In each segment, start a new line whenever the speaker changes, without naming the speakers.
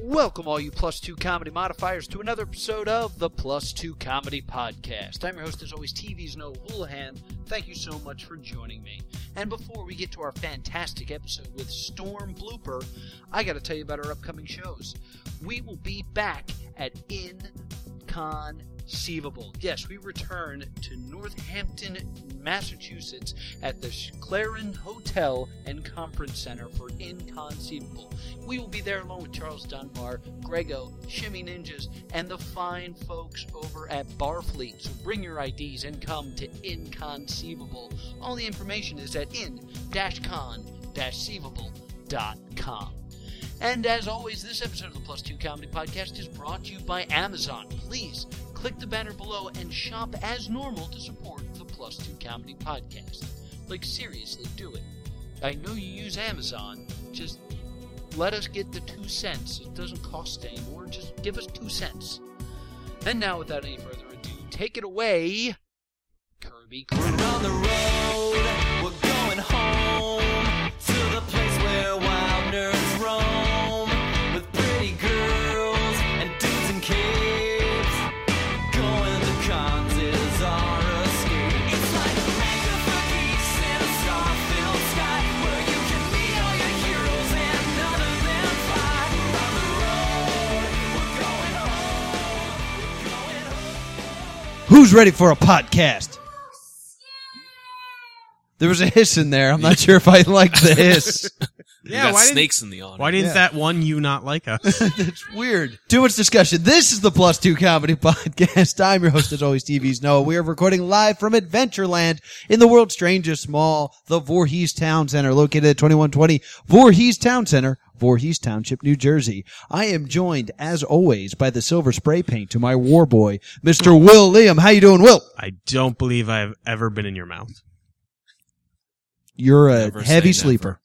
Welcome, all you plus two comedy modifiers, to another episode of the Plus Two Comedy Podcast. I'm your host, as always, TV's Noah Houlihan. Thank you so much for joining me. And before we get to our fantastic episode with Storm Blooper, I got to tell you about our upcoming shows. We will be back at Inconceivable. Yes, we return to Northampton, Massachusetts at the Clarin Hotel and Conference Center for Inconceivable. We will be there along with Charles Dunbar, Grego, Shimmy Ninjas, and the fine folks over at Barfleet. So bring your IDs and come to Inconceivable. All the information is at in-con-ceivable.com. And as always, this episode of the Plus Two Comedy Podcast is brought to you by Amazon. Please click the banner below and shop as normal to support the Plus Two Comedy Podcast. Like, seriously, do it. I know you use Amazon, just let us get the two cents. It doesn't cost anymore, just give us two cents. And now, without any further ado, take it away, Kirby Crew.
on the road. We're going home to the place where wild nerds roam with pretty girls and dudes in capes. Going to cons is our escape. It's like a magnifying in a star-filled sky where you can meet all your heroes and none of them fly. We're on the road. We're going home. We're going home.
Who's ready for a podcast? There was a hiss in there. I'm not sure if I like the hiss.
we
Yeah,
got
why didn't,
snakes in the audience.
why didn't
Yeah.
that one you not like us?
That's weird. Too much discussion. This is the Plus Two Comedy Podcast. I'm your host, as always, TV's Noah. We are recording live from Adventureland in the world's strangest mall, the Voorhees Town Center, located at 2120 Voorhees Town Center, Voorhees Township, New Jersey. I am joined, as always, by the silver spray paint to my war boy, Mr. Will Liam. How you doing, Will?
I don't believe I've ever been in your mouth.
You're a
Never say
heavy
never.
sleeper.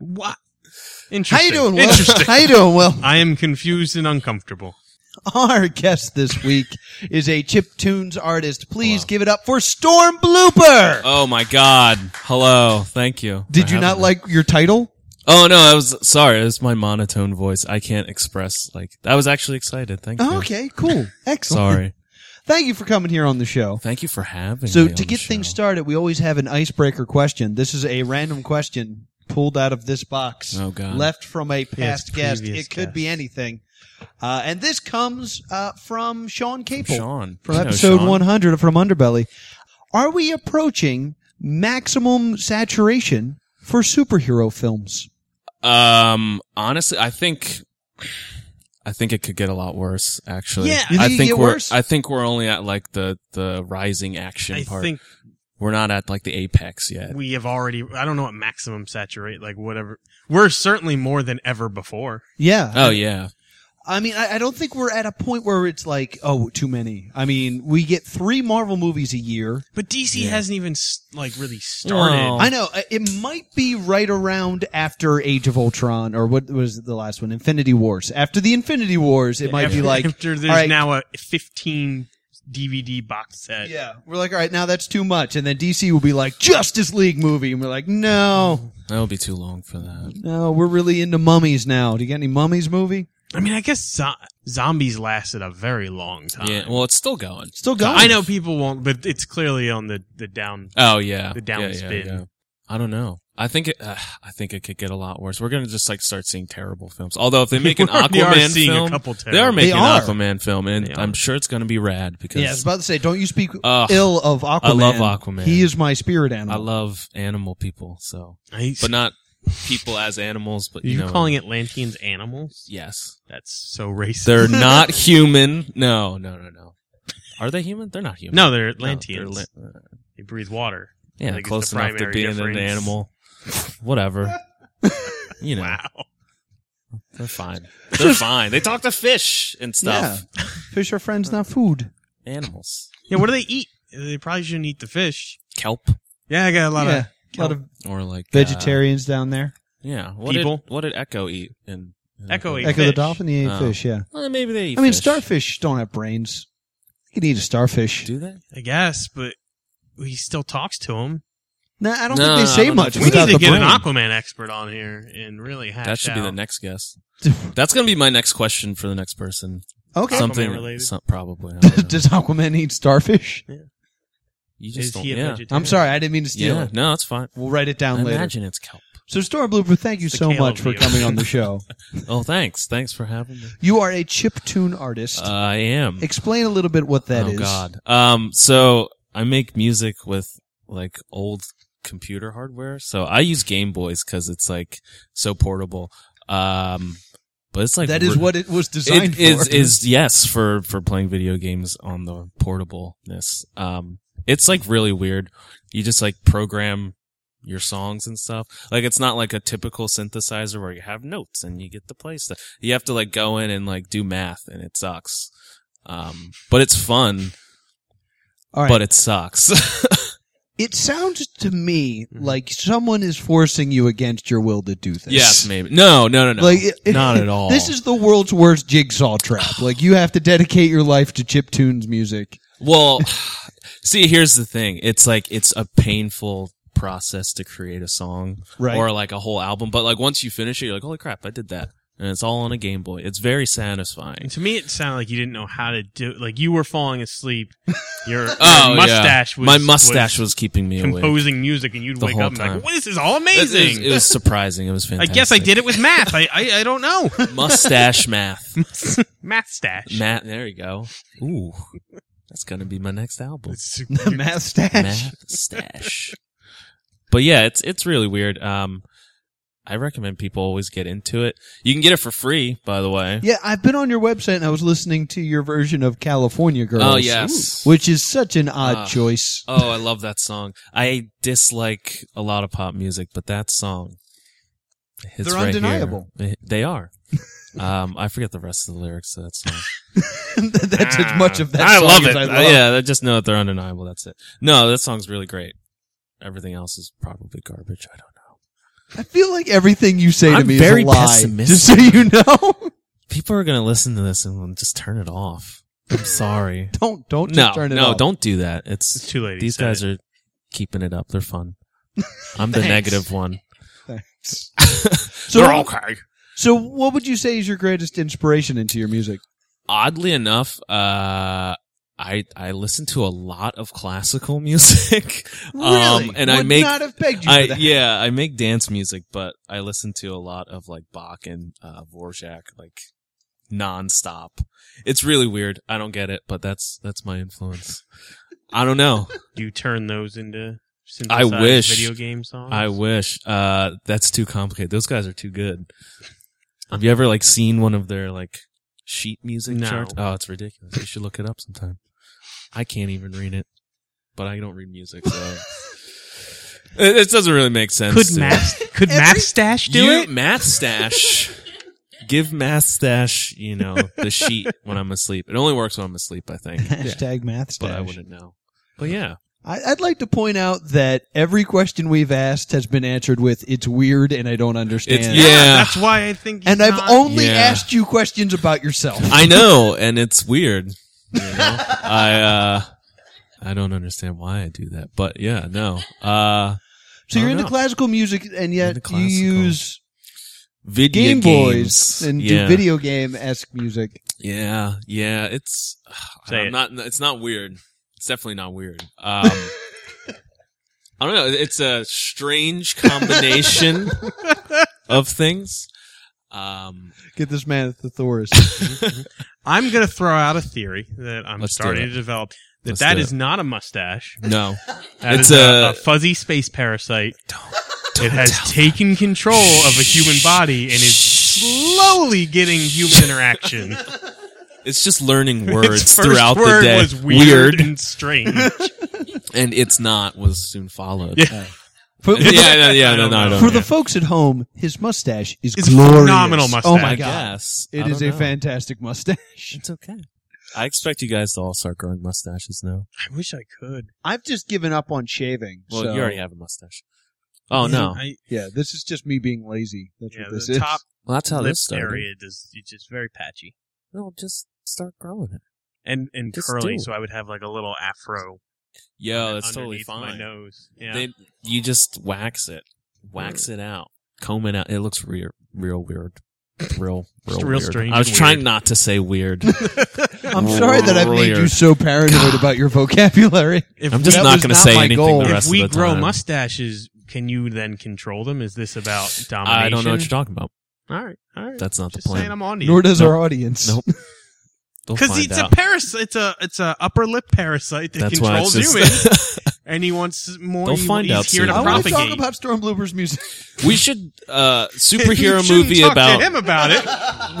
What?
How
Interesting.
you doing, Will?
Interesting.
How you doing, Will?
I am confused and uncomfortable.
Our guest this week is a chip tunes artist. Please give it up for Storm Blooper.
Oh my God! Hello, thank you.
Did you
for having
not
me.
like your title?
Oh no, I was sorry. It was my monotone voice. I can't express like I was actually excited. Thank you.
Oh, okay, cool, excellent.
Sorry.
Thank you for coming here on the show.
Thank you for having
So
me. on
to
the
get
show.
things started, we always have an icebreaker question. This is a random question pulled out of this box,
Oh, God.
left from a past guest.
previous
It could
guest.
be anything. Uh, and this comes uh, from Sean Capel.
Sean
from
You know
episode
Sean.
100 from Underbelly. Are we approaching maximum saturation for superhero films?
Um, honestly, I think. I think it could get a lot worse. Actually,
Yeah. You think
I
it could
think
get
we're.
worse?
I think we're only at like the the rising action
I
part.
think
we're not at like the apex yet.
we have already. I don't know what maximum saturate, like whatever. We're certainly more than ever before.
Yeah.
oh yeah,
I mean, I, I don't think we're at a point where it's like, oh, too many. I mean, we get three Marvel movies a year.
But DC
Yeah.
hasn't even s- like really started.
Well,
I know. uh, It might be right around after Age of Ultron or what was the last one? Infinity Wars. After the Infinity Wars, it might
after,
be like,
after there's
all right,
now a 15 DVD box set.
yeah, we're like, all right, now that's too much. And then DC will be like, Justice League movie. And we're like, no.
that would be too long for that.
No, we're really into mummies now. Do you get any mummies movie?
I mean, I guess zo- zombies lasted a very long time.
Yeah, well, it's still going.
Still going.
I know people won't, but it's clearly on the, the down.
Oh yeah,
The down
Yeah, yeah,
spin.
yeah. I don't know. I think it. Uh, I think it could get a lot worse. We're gonna just like start seeing terrible films. Although if they make an
We already are
Aquaman
seeing a
film,
couple
they are
terrible-
making
They
an
are.
Aquaman film,
They
and
are.
I'm sure it's gonna be rad because
Yeah, I was about to say, don't you speak
Ugh.
ill of Aquaman.
I love Aquaman.
He is my spirit
I
animal.
love animal people. So,
I-
but not people as animals. But
Are you
know,
calling Atlanteans animals?
Yes,
That's so racist.
they're not human. No, no, no, no. Are they human? They're not human.
no, they're
No, they're
Atlanteans.
li-
they breathe water. I
yeah,
think it's
close
the
enough to
primary
being
difference.
an animal. Whatever. You know.
Wow.
They're fine. They're fine. They talk to fish and stuff.
Yeah. Fish are friends, not food.
Animals.
Yeah, what do they eat? They probably shouldn't eat the fish.
Kelp
Yeah, I got a lot
yeah,
of.
a lot of
or like uh,
vegetarians down there.
yeah. What
people.
Did, what did Echo eat? And
Echo ate-
Echo the
fish.
dolphin, he ate
Oh.
fish. Yeah,
Well, maybe they. Eat
I mean,
fish.
starfish don't have brains. You can eat a starfish.
Do they?
I guess, but he still talks to them.
No, I don't
No,
think they
no,
say
I don't
much
know.
We
about
need to
the
get an
brain.
Aquaman expert on here and really hash
That should be
out.
the next guest. That's gonna be my next question for the next person.
Okay.
Some-
Something
related.
some- probably. I don't know.
Does Aquaman eat starfish?
you just
Is
don't.
he a
yeah.
vegetarian?
I'm sorry, I didn't mean to steal
Yeah.
it.
No, it's fine.
We'll write it down
I
later.
imagine it's kelp.
So, Storm Blooper, thank you
the
so
kale
much
of
for
the
coming on the show.
Oh, thanks. Thanks for having me. Uh,
You are a chiptune artist.
I am.
Explain a little bit what that
oh
is.
God. Um. So I make music with like old computer hardware. So I use Game Boys because it's like so portable. Um. But it's like
that is
re-
what it was designed
it is
for.
is yes for for playing video games on the portableness. Um, it's like really weird. You just like program your songs and stuff. Like it's not like a typical synthesizer where you have notes and you get to play stuff. You have to like go in and like do math, and it sucks. Um, but it's fun,
All right.
but it sucks.
it sounds to me
Mm-hmm.
like someone is forcing you against your will to do this.
yes, maybe no, no, no, no,
Like it- it-
not at all.
This is the world's worst jigsaw trap. Like you have to dedicate your life to chiptunes music.
Well, see, here's the thing. It's like it's a painful process to create a song
Right.
or like a whole album, but like once you finish it, you're like, "Holy crap, I did that." And it's all on a Game Boy. It's very satisfying.
And to me, it sounded like you didn't know how to do. Like you were falling asleep. Your, your
Oh, yeah.
mustache was
My mustache was, keeping me awake.
composing music, and you'd
the
wake
whole
up and be
time.
like, well, "This is all
It,
amazing."
it, it was surprising. It was
I
fantastic.
guess I did it with math. I I, I don't know
Mustache math.
math stash.
Matt, there you go. Ooh, that's gonna be my next album.
The math stash.
Math stash. But yeah, it's it's really weird. Um, I recommend people always get into it. You can get it for free, by the way.
Yeah, I've been on your website and I was listening to your version of California Girls.
Oh yes.
Which is such an odd
Ah.
choice.
oh, I love that song. I dislike a lot of pop music, but that song. hits
They're
right here.
undeniable.
They- They are. Um, I forget the rest of the lyrics to that song. Oh,
That's
Ah,
as much of that
I
song
love
as
it.
I love.
yeah, I just know that they're undeniable. That's it. No, that song's really great. Everything else is probably garbage. I don't know.
I feel like everything you say to
I'm
me
very
is a lie.
pessimistic.
Just so you know.
People are gonna listen to this and just turn it off. I'm sorry.
don't don't just
no,
turn it
no,
off.
don't do that. It's,
It's too late. he
these
said
guys
it.
are keeping it up. They're fun. I'm the
Thanks.
negative one.
Thanks. so,
They're okay.
so what would you say is your greatest inspiration into your music?
oddly enough, uh, I I listen to a lot of classical music.
really?
Um, and
Would
I make
not have begged you for
I
that.
yeah, I make dance music, but I listen to a lot of like Bach and uh, Dvorak like nonstop. It's really weird. I don't get it, but that's that's my influence. I don't know.
You turn those into.
I
synthesized
wish.
video game songs.
I wish. Uh, that's too complicated. Those guys are too good. Have you ever like seen one of their like sheet music
No.
charts? Oh, it's ridiculous. You should look it up sometime. I can't even read it, but I don't read music, so it, it doesn't really make sense.
could
to-
math could
Every-
math stash do
you,
it?
Math stash. Give math stash, you know, the sheet when I'm asleep. It only works when I'm asleep, I think.
Hashtag math
But I
stash.
wouldn't know. But yeah.
I, I'd like to point out that every question we've asked has been answered with "It's weird and I don't understand."
It's, yeah.
That's why I think.
And
he's
I've
not-
only
Yeah.
asked you questions about yourself.
I know, and it's weird. You know? I uh I don't understand why I do that, but yeah, no. Uh
So
I
you're
don't
into
know.
classical music, and yet
Into
you use
video
Game
games
Boys and
yeah.
do video game esque music.
Yeah, yeah, it's
Say
I'm
it.
not it's not weird. It's definitely not weird. Um I don't know, it's a strange combination of things. Um
Get this man at the Thoris.
I'm going to throw out a theory that I'm
Let's do
starting
it.
to develop. That
Let's
that
do
is
it.
not a mustache.
no.
That
It's
is a,
a-
a fuzzy space parasite. it
tell
has taken control of a human body and is slowly getting human interaction.
It's just learning
Its
words
first
throughout
word
the day.
was weird, and strange.
and it's not was soon followed.
Yeah.
For,
yeah, yeah, yeah, no, no, I don't
for
know.
the folks at home, his mustache is
It's a
glorious.
phenomenal
Oh
mustache.
my
I
god,
guess.
it
I
is
don't
a
know.
fantastic mustache.
It's okay. I expect you guys to all start growing mustaches now.
I wish I could.
I've just given up on shaving.
Well,
so-
you already have a mustache. Oh
Yeah,
no!
I,
Yeah, this is just me being lazy. That's
yeah,
what this
the
is.
top
Well, Oh, that's how
lip
this started.
area is it's just very patchy
No, just start growing it.
and and
Just do
curly.
it.
So I would have like a little afro
Yo, that's totally
underneath My
fine.
nose. Yeah. Mm.
They, you just wax it, wax it out, comb it out. It looks real, real weird. Real, real,
Just real
weird.
strange
I was
and
trying
weird.
not to say weird.
I'm sorry that I've made you
Weird.
so paranoid about your vocabulary.
if
I'm just
That
we,
was
not going to
not
say
my
anything
goal.
the
If
rest
if we
of the
grow
time.
mustaches, can you then control them? Is this about domination?
I don't know what you're talking about.
All right, all right.
That's not the
just saying,
plan.
I'm on to
Nor
you.
does
Nope.
our audience.
Nope. They'll
Because
find
it's
out.
a parasite. It's a it's a upper lip parasite that
That's why it's
controls humans,
just.
and he wants more.
They'll
he-
find
he's
out
here to
soon.
I want to
propagate.
talk about Storm Blooper's music.
we should uh
You
superhero
shouldn't
movie
talk
about
to him about it.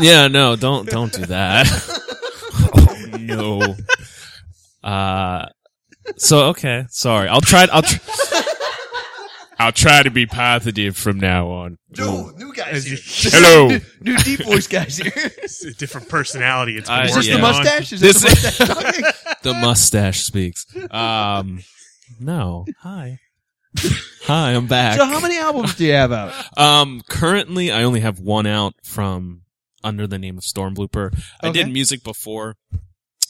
Yeah, no, don't don't do that. oh, no. Uh so okay, sorry. I'll try I'll tr- I'll try to be positive from now on.
No, new guys here.
Hello.
New, new deep voice guys here.
It's a different personality. It's been
I-
Is this
working
the
Uh, Yeah.
on.
mustache? Is this
This
the mustache talking?
The mustache speaks. Um no. Hi. Hi, I'm back.
So how many albums do you have out?
Um, currently, I only have one out from under the name of Storm Blooper. I
Okay.
did music before.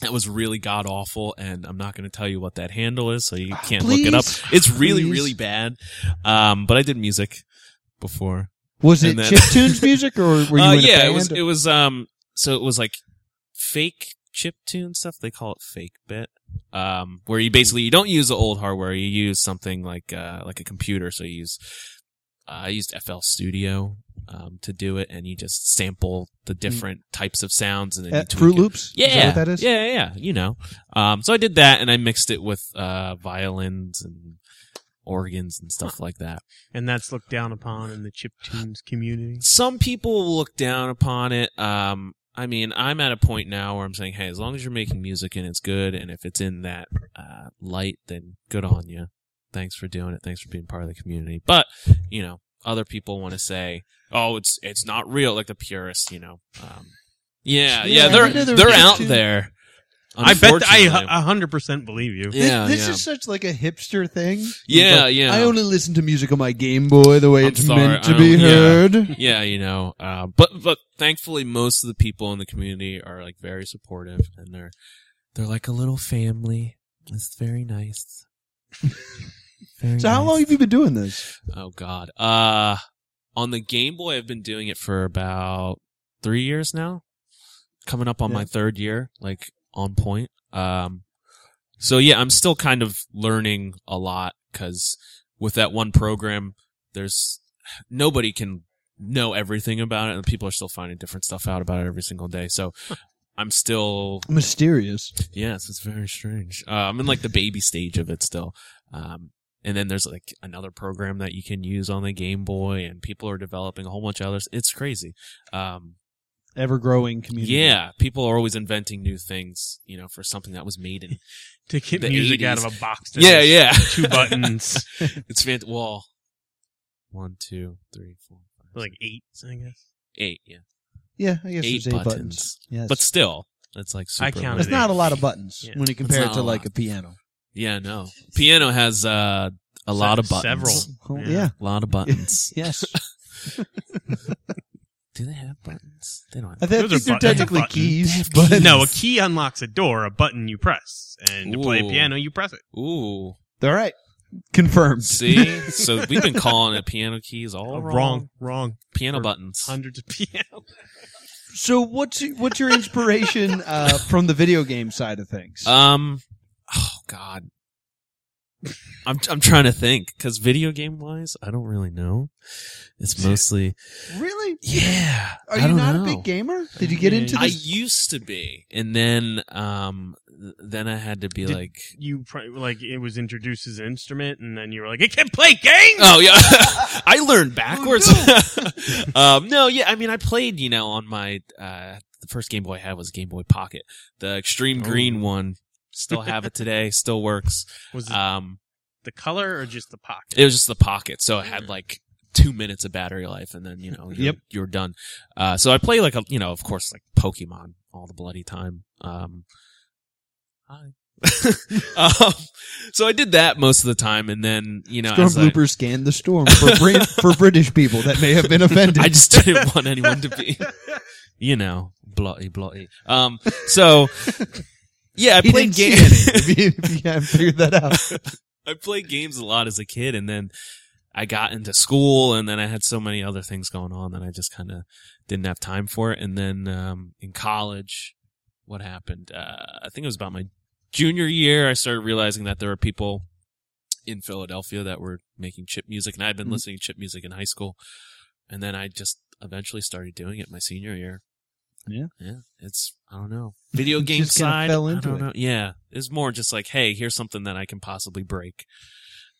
That was really god awful, and I'm not going to tell you what that handle is, so you can't look it up.
please.
It's really,
Please.
really bad. Um, but I did music before.
Was it
And then-
chiptunes music or were you
Uh,
in a
yeah,
band?
it was. It was. Um, so it was like fake chip tune stuff. They call it fake bit. Um, where you basically you don't use the old hardware. You use something like uh like a computer. So you use. Uh, I used FL Studio um, to do it, and you just sample the different types of sounds and then you
Mm. Uh,
tweak
Fruit
it.
Loops?
Yeah,
Is that what that is?
yeah, yeah, yeah, You know, um, so I did that, and I mixed it with uh, violins and organs and stuff like that.
and that's looked down upon in the chiptunes community.
some people will look down upon it. Um, I mean, I'm at a point now where I'm saying, hey, as long as you're making music and it's good, and if it's in that uh, light, then good on you. Thanks for doing it. Thanks for being part of the community. But you know, other people want to say, oh, it's it's not real, like the purists. You know, um, yeah,
Yeah,
yeah,
I
they're
know there
they're,
was
out
two-
there.
I bet I
Unfortunately.
a hundred percent believe you.
This,
yeah,
this
yeah.
is such like a hipster thing.
Yeah,
Like,
yeah.
I only listen to music on my Game Boy the way
I'm
it's
sorry,
meant
I
to
don't-
be
yeah.
heard.
yeah, you know, uh, but but thankfully, most of the people in the community are like very supportive, and they're they're like a little family. It's very nice. Very
So how
nice.
long have you been doing this?
Oh God. Uh, on the Game Boy, I've been doing it for about three years now. Coming up on
Yeah.
my third year, like on point. Um, so yeah, I'm still kind of learning a lot because with that one program, there's nobody can know everything about it, and people are still finding different stuff out about it every single day. So. I'm still
Mysterious.
Yes, it's very strange. Uh, I'm in like the baby stage of it still. Um, and then there's like another program that you can use on the Game Boy, and people are developing a whole bunch of others. It's crazy. Um,
Ever growing community.
yeah, people are always inventing new things, you know, for something that was made in.
To get
The
music
80s.
out of a box. that
yeah,
has
yeah.
Two buttons,
it's fantastic. Well, one, two, three, four, five,
like
six,
eight, I guess.
eight, yeah,
Yeah, I guess
eight
there's eight
buttons.
buttons. Yes.
But still, it's like super.
I counted
it's
limited.
it.
not a lot of buttons
Yeah.
when you compare it
not
to
a
like
lot.
a piano.
Yeah, no. Piano has uh, a lot of buttons.
Several.
Well,
Yeah.
yeah.
A lot of buttons.
Yes.
Do they have buttons? They don't have
I think
Those are
they're
buttons. That's a
technically
button.
keys.
They have
But
keys.
No, a key unlocks a door. A button you press, and to play a
Ooh.
piano you press it.
Ooh.
All right. Confirmed.
See? so we've been calling it piano keys all
Oh,
wrong.
wrong, wrong.
Piano
Or
buttons.
Hundreds of piano.
So what's what's your inspiration uh, from the video game side of things?
Um oh god. I'm I'm trying to think cuz video game wise, I don't really know. It's mostly
really?
Yeah.
Are
I
you
don't
not
know.
a big gamer? Did you get into
I
this?
used to be and then um th- then I had to be
Did-
like
You pr- like it was introduced as an instrument, and then you were like, it can play games.
Oh yeah, I learned backwards. um, no, yeah, I mean, I played, you know, on my uh, the first Game Boy I had was Game Boy Pocket, the extreme green one. Still have it today. Still works.
was it
Um,
the color or just the pocket?
it was just the pocket, so it had like two minutes of battery life, and then you know, you're,
Yep.
you're done. Uh, so I play like a, you know, of course, like Pokemon all the bloody time. Um, hi. um, so I did that most of the time, and then you know,
Storm
as I,
Blooper scanned the storm for, Brit- for British people that may have been offended.
I just didn't want anyone to be, you know, bloody, bloody. Um, so Yeah, I
He
played
didn't see
games.
any, if you, if you haven't figured that out.
I played games a lot as a kid, and then I got into school, and then I had so many other things going on that I just kind of didn't have time for it. And then um, in college, what happened? Uh, I think it was about my junior year. I started realizing that there were people in Philadelphia that were making chip music, and I had been
Mhm.
listening to chip music in high school. And then I just eventually started doing it my senior year.
Yeah.
yeah. It's I don't know video game
just kinda
side.
fell
I
into
don't
it.
know. Yeah, it's more just like, hey, here's something that I can possibly break,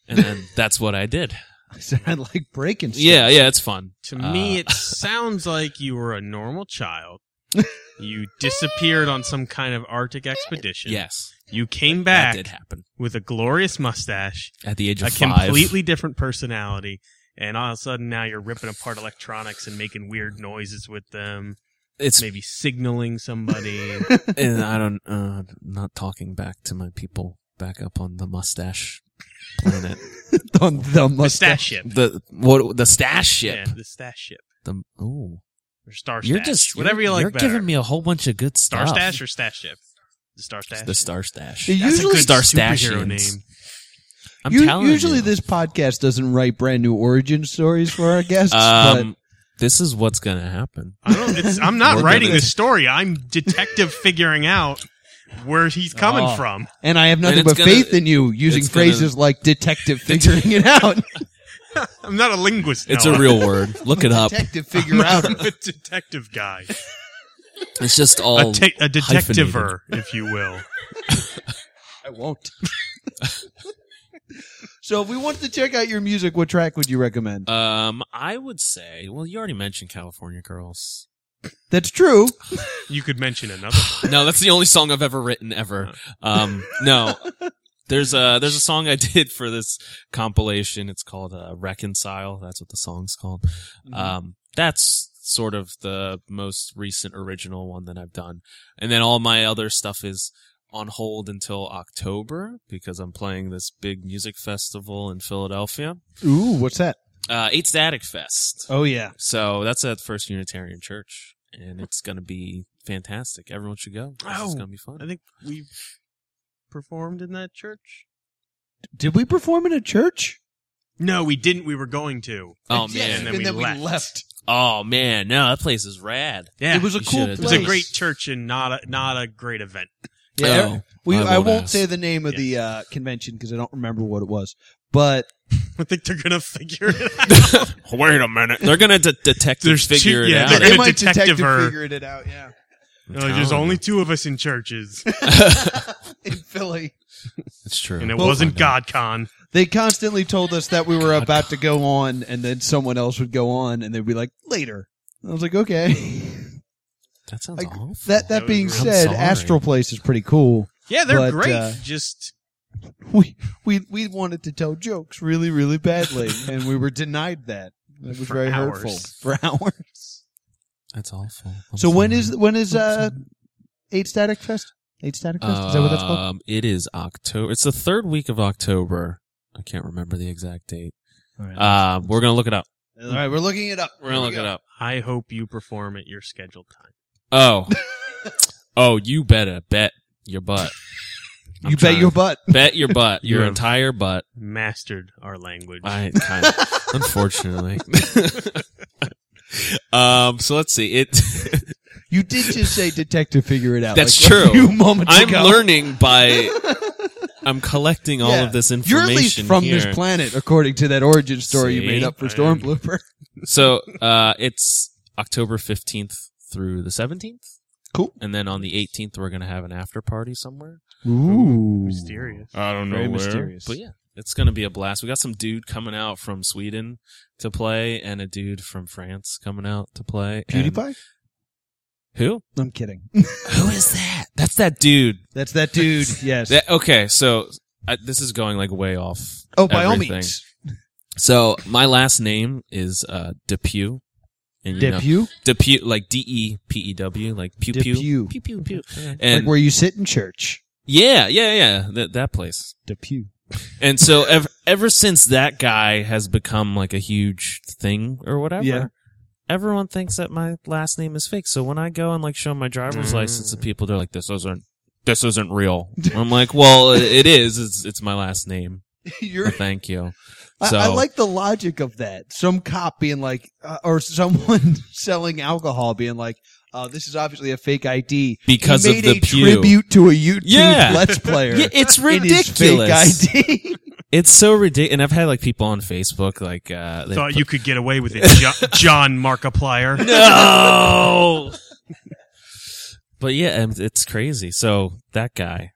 and then that's what I did.
I sound like breaking stuff.
Yeah, yeah, it's fun.
To
Uh,
me, it sounds like you were a normal child. you disappeared on some kind of Arctic expedition.
yes,
You came
that did
back
happen
with a glorious mustache,
at the age of
a
five.
completely different personality, and all of a sudden now you're ripping apart electronics and making weird noises with them,
It's
maybe signaling somebody.
and I don't uh, not talking back to my people back up on the mustache planet.
On the
the
mustache.
stash ship.
the what the stash ship.
Yeah, the stash ship.
The ooh,
Or star stash.
you're just
whatever you like
You're
better.
giving me a whole bunch of good
star
stuff.
stash or stash ship? The star stash.
the star stash.
They
That's
Usually-
a good
Star
superhero
Stashians.
name.
I'm
You-
telling
usually
you.
this podcast doesn't write brand new origin stories for our guests,
Um, this is what's gonna happen.
I don't. It's, I'm not
We're
writing
gonna-
this story. I'm detective figuring out where he's coming
Oh.
from.
but and I have nothing
and it's
but
gonna-
faith in you using
it's gonna-
phrases like detective figuring it out.
I'm not a linguist.
It's
Noah.
a real word. Look it up.
detective figure out.
I'm a detective guy.
It's just
A,
all
te- a detectiver, if you will.
I won't. so if we wanted to check out your music, what track would you recommend?
Um, I would say. Well, you already mentioned California Girls.
That's true.
You could mention another. One.
No, that's the only song I've ever written ever. Um, no, there's a there's a song I did for this compilation. It's called uh, "Reconcile." That's what the song's called. Um, that's sort of the most recent original one that I've done, and then all my other stuff is on hold until October because I'm playing this big music festival in Philadelphia,
Ooh, what's that?
uh, Eight Static Fest.
Oh yeah.
So that's at First Unitarian Church, and it's going to be fantastic. Everyone should go. This is
Oh,
going to be
I
fun.
think we've performed in that church.
Did we perform in a church?
No, we didn't. We were going to.
Oh
Yes,
man!
and then we left.
Oh man! No, that place is rad.
Yeah,
it was a
you
cool.
should've
Place.
It was a great church and not a not a great event.
Yeah.
Oh,
we,
I
I,
won't
won't
ask.
say the name of the uh, convention because I don't remember what it was. But
I think they're gonna figure it out.
Wait a minute! They're going to de- detect
There's two-
figure it
yeah,
out.
they're
they
gonna
might
detective
detective
her.
figured it out. Yeah,
I'm
They're like, There's
telling
only
you.
two of us in churches,
in Philly,
It's true.
and it
Well-
wasn't GodCon.
they constantly told us that we were about to go on, and then someone else would go on, and they'd be like, "Later." I was like, "Okay."
That sounds
I-
awful.
That that
That
being
was
really- I'm
said,
sorry.
Astral Place is pretty cool.
Yeah, they're
But,
great.
uh,
Just
We we we wanted to tell jokes really really badly, and we were denied that. It was
For
very
hours.
hurtful for hours.
That's awful. I'm
so when
sorry.
is when is
I'm
uh
sorry.
eight static fest? Eight static fest? Is that what that's called?
Um, it is October. It's the third week of October. I can't remember the exact date.
All right.
Uh, we're gonna look it up.
All right, we're looking it up.
We're gonna
Here
look
we
it
go.
up.
I hope you perform at your scheduled time.
Oh. oh, you better bet your butt. I'm
You
trying
bet your
to-
butt.
bet your butt, your
You're a-
entire butt.
Mastered our language.
I kind of, unfortunately. um, so let's see. It
You did just say detective figure it out.
That's
like, A
true.
few moments
I'm
ago.
learning by I'm collecting all
Yeah.
of this
You're at
information
least from
here.
this planet, according to that origin story you
See?
made up for
I
Storm
am.
Blooper.
so, uh, it's October 15th through the 17th.
Cool.
And then on the 18th we're going to have an after party somewhere.
Ooh. Mysterious.
I don't
Very mysterious.
But yeah, it's going to be a blast. We got some dude coming out from Sweden to play and a dude from France coming out to play. And-
PewDiePie?
Who?
I'm kidding.
Who is that? That's that dude.
That's that dude. Yes.
That, okay, so I, this is going like way off.
oh, by all
everything.
means.
So my last name is uh Depew. And you know,
Depew?
Depew, like D E P E W, like pew
Depew.
pew. Pew pew pew. And
like where you sit in church.
yeah, yeah, yeah, that, that place.
Depew.
And so ever, ever since that guy has become like a huge thing or whatever,
Yeah.
everyone thinks that my last name is fake. So when I go and like show my driver's
Mm.
license to people, they're like, "This isn't this isn't real. I'm like, well, it is. It's, it's my last name.
You're,
Thank you.
I-
So
I, like the logic of that. Some cop being like, uh, or someone selling alcohol being like, "Oh, this is obviously a fake ID."
because
he
of
made
the
a
pew.
tribute to a YouTube
Yeah.
Let's Player.
Yeah, it's
in his
ridiculous.
fake ID.
It's so ridiculous. And I've had like people on Facebook like uh they
Thought
put-
you could get away with it, Jo- John Markiplier.
No. but yeah, um, it's crazy. So that guy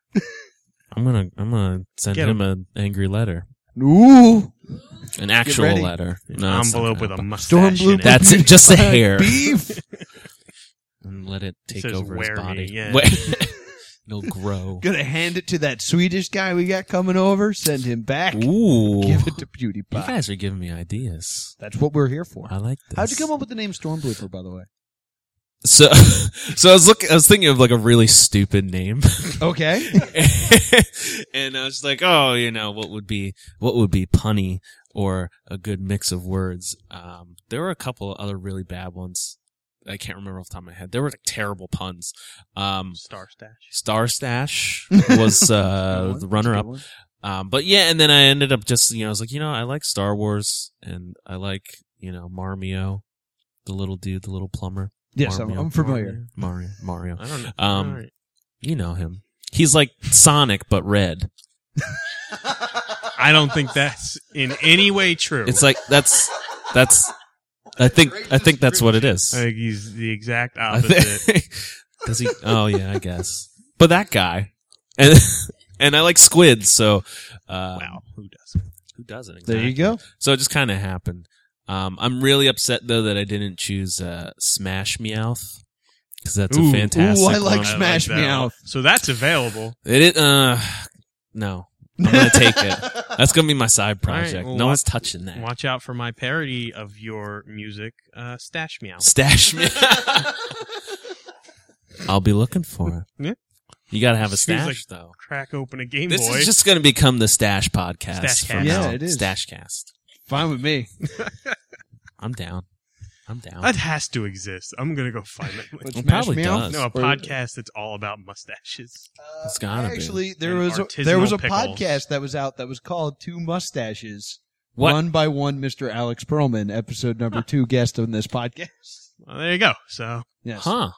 I'm going to I'm going to send
Get
him an angry letter.
Ooh,
An actual
ready.
letter. No,
An
it's not
envelope
gonna
with a
happen.
mustache
blue-
in it.
That's it, just a hair.
beef.
and let it take
says,
over his
"Wear me,"
body.
yeah.
It'll grow.
Gonna hand it to that Swedish guy we got coming over. Send him back.
Ooh.
Give it to Beauty
you
Pie.
guys are giving me ideas.
That's what we're here for.
I like this.
How'd you come up with the name Stormblooper, by the way?
So, so I was looking. I was thinking of like a really stupid name,
Okay.
and I was like, oh, you know, what would be what would be punny or a good mix of words. Um, there were a couple of other really bad ones. I can't remember off the top of my head. There were like terrible puns. Um,
Star stash.
Star Stash was uh, the runner up. Um, but yeah, and then I ended up just, you know, I was like, you know, I like Star Wars and I like, you know, Marmio, the little dude, the little plumber.
Yes, I'm,
Marmio.
I'm familiar.
Mario, Mario.
I don't know.
Um,
All right.
You know him. He's like Sonic, but red.
I don't think that's in any way true.
It's like, that's, that's, I think, I think that's what it is.
I think he's the exact
I
opposite.
think, does he? Oh yeah, I guess. But that guy. And, and I like squids, so, uh,
wow, who does?
who doesn't? Exactly?
There you go.
So it just kind of happened. Um, I'm really upset though that I didn't choose uh, Smash Meowth because that's
Ooh,
a fantastic.
ooh, I like
one.
I
Smash
that
Meow.
one. So that's available.
It, i- uh, no, I'm gonna take it. That's gonna be my side project.
well,
no
wa-
one's touching that.
Watch out for my parody of your music, uh, Stash Meow.
Stash me. I'll be looking for it.
Yeah.
You gotta have a
Seems
stash
like
though.
Crack open a Game
This
Boy.
is just gonna become the Stash Podcast.
Stashcast.
from
Yeah,
now.
it is.
Stashcast.
Fine with me.
I'm down. I'm down.
that has to exist. I'm gonna go find it.
It probably does.
no, a podcast that's all about mustaches.
It's
It's gotta be.
uh, actually, there
And
was a,
artisanal
there was a
pickles.
podcast that was out that was called Two Mustaches,
What?
run by one Mr. Alex Perlman, episode number two guest on this podcast.
Well, there you go. So
Yes.
Huh?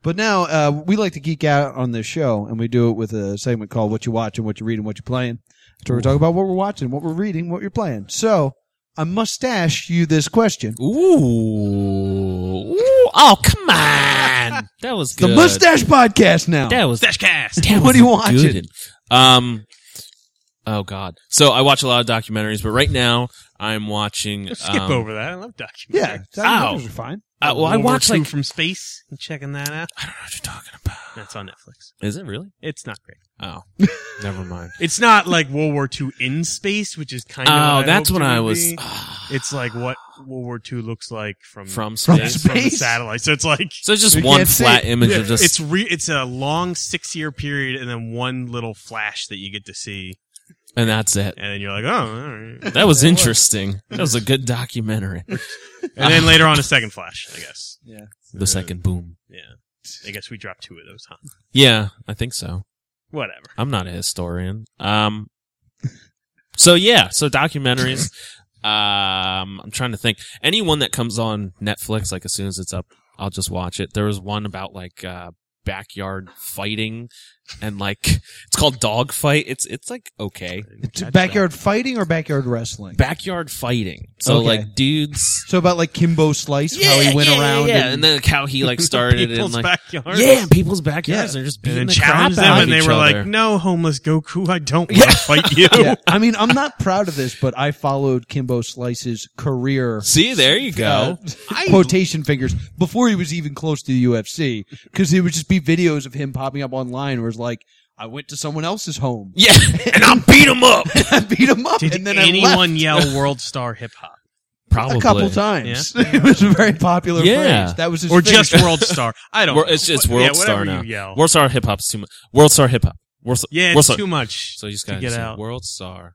But now uh, we like to geek out on this show, and we do it with a segment called "What You Watching, What You Reading, What You Playing." So we talk about what we're watching, what we're reading, what you're playing. So I mustache you this question:
Ooh. Ooh. Oh, come on. That was good.
the Mustache Podcast. Now
That was.
Stashcast.
that
What
was
are you watching?
good. Um. Oh God. So I watch a lot of documentaries, but right now I'm watching.
Let's skip
um,
over that. I love
yeah,
documentaries.
Ow.
documentaries are fine.
Uh, well, I
World War
watch
II
like.
from space. You checking that out?
I don't know what you're talking about.
That's on Netflix.
Is it really?
It's not great.
Oh, never mind.
It's not like World War II in space, which is kind of.
Oh,
what I
that's
hoped
when
it
I
would
was ah,
be. It's like what World War II looks like from
from
From
space.
space.
Mm. from the satellite. So it's like
So it's just
We
one
can't see
flat
it.
image of just.
it's re- it's a long six year period, and then one little flash that you get to see,
and that's it.
and then you're like, oh, all right.
That was interesting. That was a good documentary.
and then later on a second flash, I guess.
The second boom.
Yeah, I guess we dropped two of those, huh?
Yeah, I think so.
Whatever.
I'm not a historian. Um, so yeah, so documentaries. um, I'm trying to think. Anyone that comes on Netflix, like as soon as it's up, I'll just watch it. There was one about like uh, backyard fighting, and like it's called Dog Fight. It's it's like okay,
It's
That's
backyard fighting or backyard wrestling.
backyard fighting. So
Okay.
like dudes.
so about like Kimbo Slice, how he went
yeah,
around.
yeah,
and-
and, then like, how he like started in
people's
like
backyards.
yeah, in people's backyards.
Yeah.
They're just
and
beating
then
the crap
challenge them,
out of
and they
each
were
other.
like, "Mm, "No, homeless Goku, I don't want to fight you."
Yeah. I mean, I'm not proud of this, but I followed Kimbo Slice's career.
"See, there you
uh,
go."
quotation fingers before he was even close to the UFC because it would just be videos of him popping up online where it's like I went to someone else's home,
Yeah, and I beat him up.
I beat him up,
Did
and then I left
anyone yell "World Star Hip Hop"
Probably
a couple times. it was a very popular
Yeah.
phrase. That was his
or
thing.
just "World Star"? I don't.
Wor-
know.
it's just
What-
World
yeah,
Star
whatever
now.
You yell.
World Star hip hop's too much. World Star hip hop. World Star.
yeah,
World
it's
Star.
too much.
So you just
to
gotta
get
say,
out.
World Star.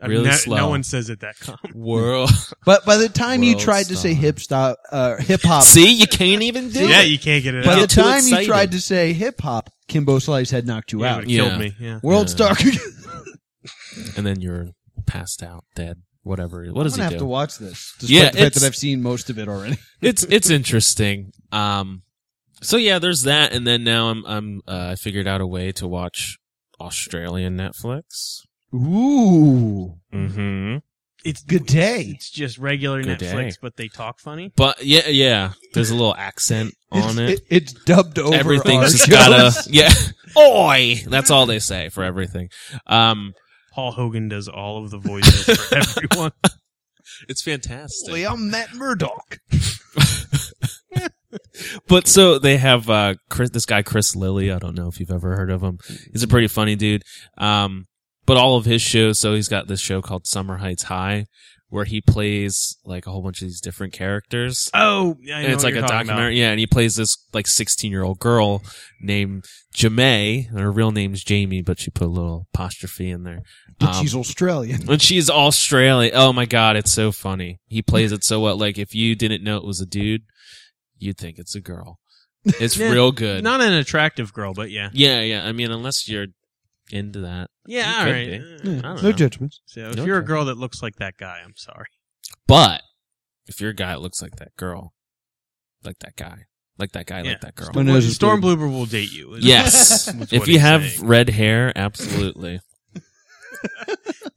I mean,
Really
no,
slow.
no one says it that calm.
World.
But by the time you
World
tried to say
star.
hip stop, uh, hip hop,
See, you can't even do
yeah,
it.
you can't get it
by
out.
the
get too
time you
excited.
tried to say hip hop, Kimbo Slice had knocked you
Yeah,
out.
would've killed
Yeah.
me. Yeah.
World
Yeah.
Star. I'm
and then you're passed out, dead, whatever. What does
gonna
he
have
do?
to watch this. Despite
Yeah,
the fact that
it's-
I've seen most of it already.
it's it's interesting. Um, so yeah, there's that, and then now I'm I'm uh, I figured out a way to watch Australian Netflix.
Ooh,
Mm-hmm.
It's
good day.
It's just regular
Good
Netflix,
day.
but they talk funny.
But yeah, yeah, there's a little accent on it.
It's, it's dubbed over.
Everything's
our
just
shows.
gotta yeah. Oi, that's all they say for everything. Um,
Paul Hogan does all of the voices for everyone.
it's fantastic.
Holy, I'm Matt Murdock.
But so they have uh, Chris, this guy Chris Lilly. I don't know if you've ever heard of him. He's a pretty funny dude. Um, but all of his shows. So he's got this show called Summer Heights High, where he plays like a whole bunch of these different characters.
Oh, yeah, I know
and it's
what
like
you're
a
talking about.
documentary, yeah. And he plays this like 16 year old girl named Jamie, and her real name's Jamie, but she put a little apostrophe in there.
But
Um,
she's Australian.
and she's Australian. Oh my god, it's so funny. He plays it so well. Like if you didn't know it was a dude, you'd think it's a girl. It's
Yeah,
real good.
Not an attractive girl, but yeah.
yeah, yeah. I mean, unless you're into that.
Yeah,
You
all
could
right.
be.
Uh,
I don't
no
know.
judgments.
So if you're a
Okay.
girl that looks like that guy, I'm sorry.
But if you're a guy, it looks like that girl, like that guy, like that guy,
Yeah.
like that girl.
My nose is
Storm
bleeding.
Bloober will date you. is
Yes.
what- is
if
what
you
he's
have
saying.
red hair, absolutely.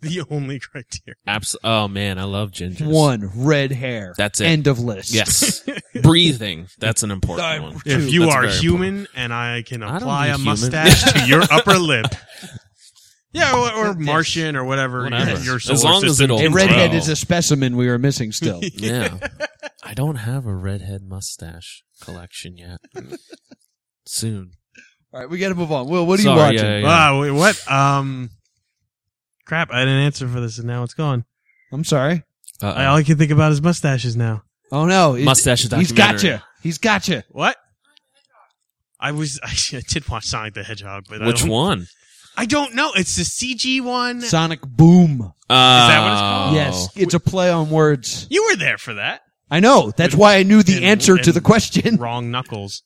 the only criteria.
Abs- oh man, I love gingers.
One red hair.
That's it.
End of list.
Yes. Breathing. That's an important one.
If you
That's
are
very
human and I can
I don't
apply
need
a
human.
mustache to your upper lip. Yeah, or, or Martian or whatever,
Whatever.
your
As
solar
long as
system
it'll-
can
And
Wow.
grow.
redhead is a specimen we are missing still.
Yeah. I don't have a redhead mustache collection yet. Soon.
All right, we got to move on. Will, what are
Sorry,
you watching?
yeah, yeah.
Wow, wait, what? Um, crap! I didn't answer for this, and now it's gone.
I'm sorry.
I, all I can think about is mustaches now.
Oh no, It-
Mustache
He's got
documentary.
you. He's got you.
What? I was I, did watch Sonic the Hedgehog, but I
Which
don't,
one?
I don't know. It's the CG one.
Sonic Boom.
that what it's called?
Oh.
Yes, it's a play on words.
you were there for that.
I know. That's why I knew the
And-
answer to
and-
the question.
Wrong knuckles.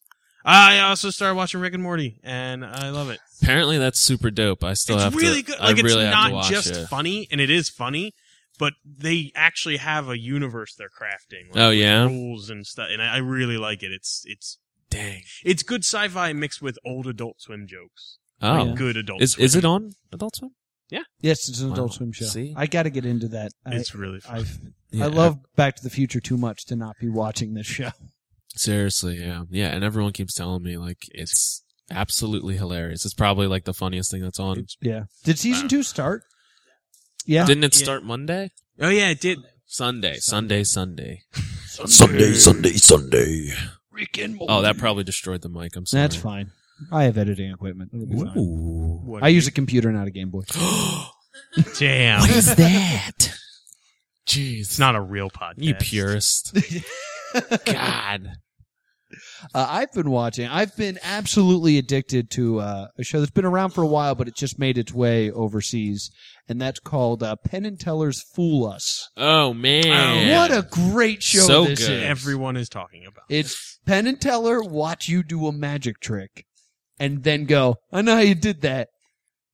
I also started watching Rick and Morty, and I love it.
Apparently that's super dope. I still have
it's really
to.
good.
I
Like
really
it's
have to
not
watch
just
it.
funny, and it is funny, but they actually have a universe they're crafting. like,
Oh, yeah?
rules and stuff, and I, I really like it. It's it's
Dang.
it's good sci-fi mixed with old Adult Swim jokes.
Oh.
Like good Adult.
Is
Swim.
is it on Adult Swim?
Yes, it's an
Wow.
Adult Swim show.
See?
I got to get into that. I,
It's really fun.
I've,
Yeah.
I love Back to the Future too much to not be watching this show.
Seriously, yeah. Yeah, and everyone keeps telling me like it's absolutely hilarious. It's probably like the funniest thing that's on.
Yeah. Did season
Wow.
two start? Yeah.
Didn't it
Yeah.
start Monday?
oh yeah, it did.
Sunday, Sunday, Sunday.
Sunday, Sunday, Sunday.
Oh, that probably destroyed the mic. I'm sorry.
That's fine. I have editing equipment. It'll be fine.
Ooh.
What
I use a computer, not a Game Boy.
damn.
What is that? Jeez.
It's not a real podcast.
You purist. God.
Uh, I've been watching. I've been absolutely addicted to uh, a show that's been around for a while, but it just made its way overseas, and that's called uh, Penn and Teller's "Fool Us."
Oh man.
What a great show
So
this
good.
is!
Everyone is talking about.
It's Penn and Teller watch you do a magic trick, and then go, "I know how you did that,"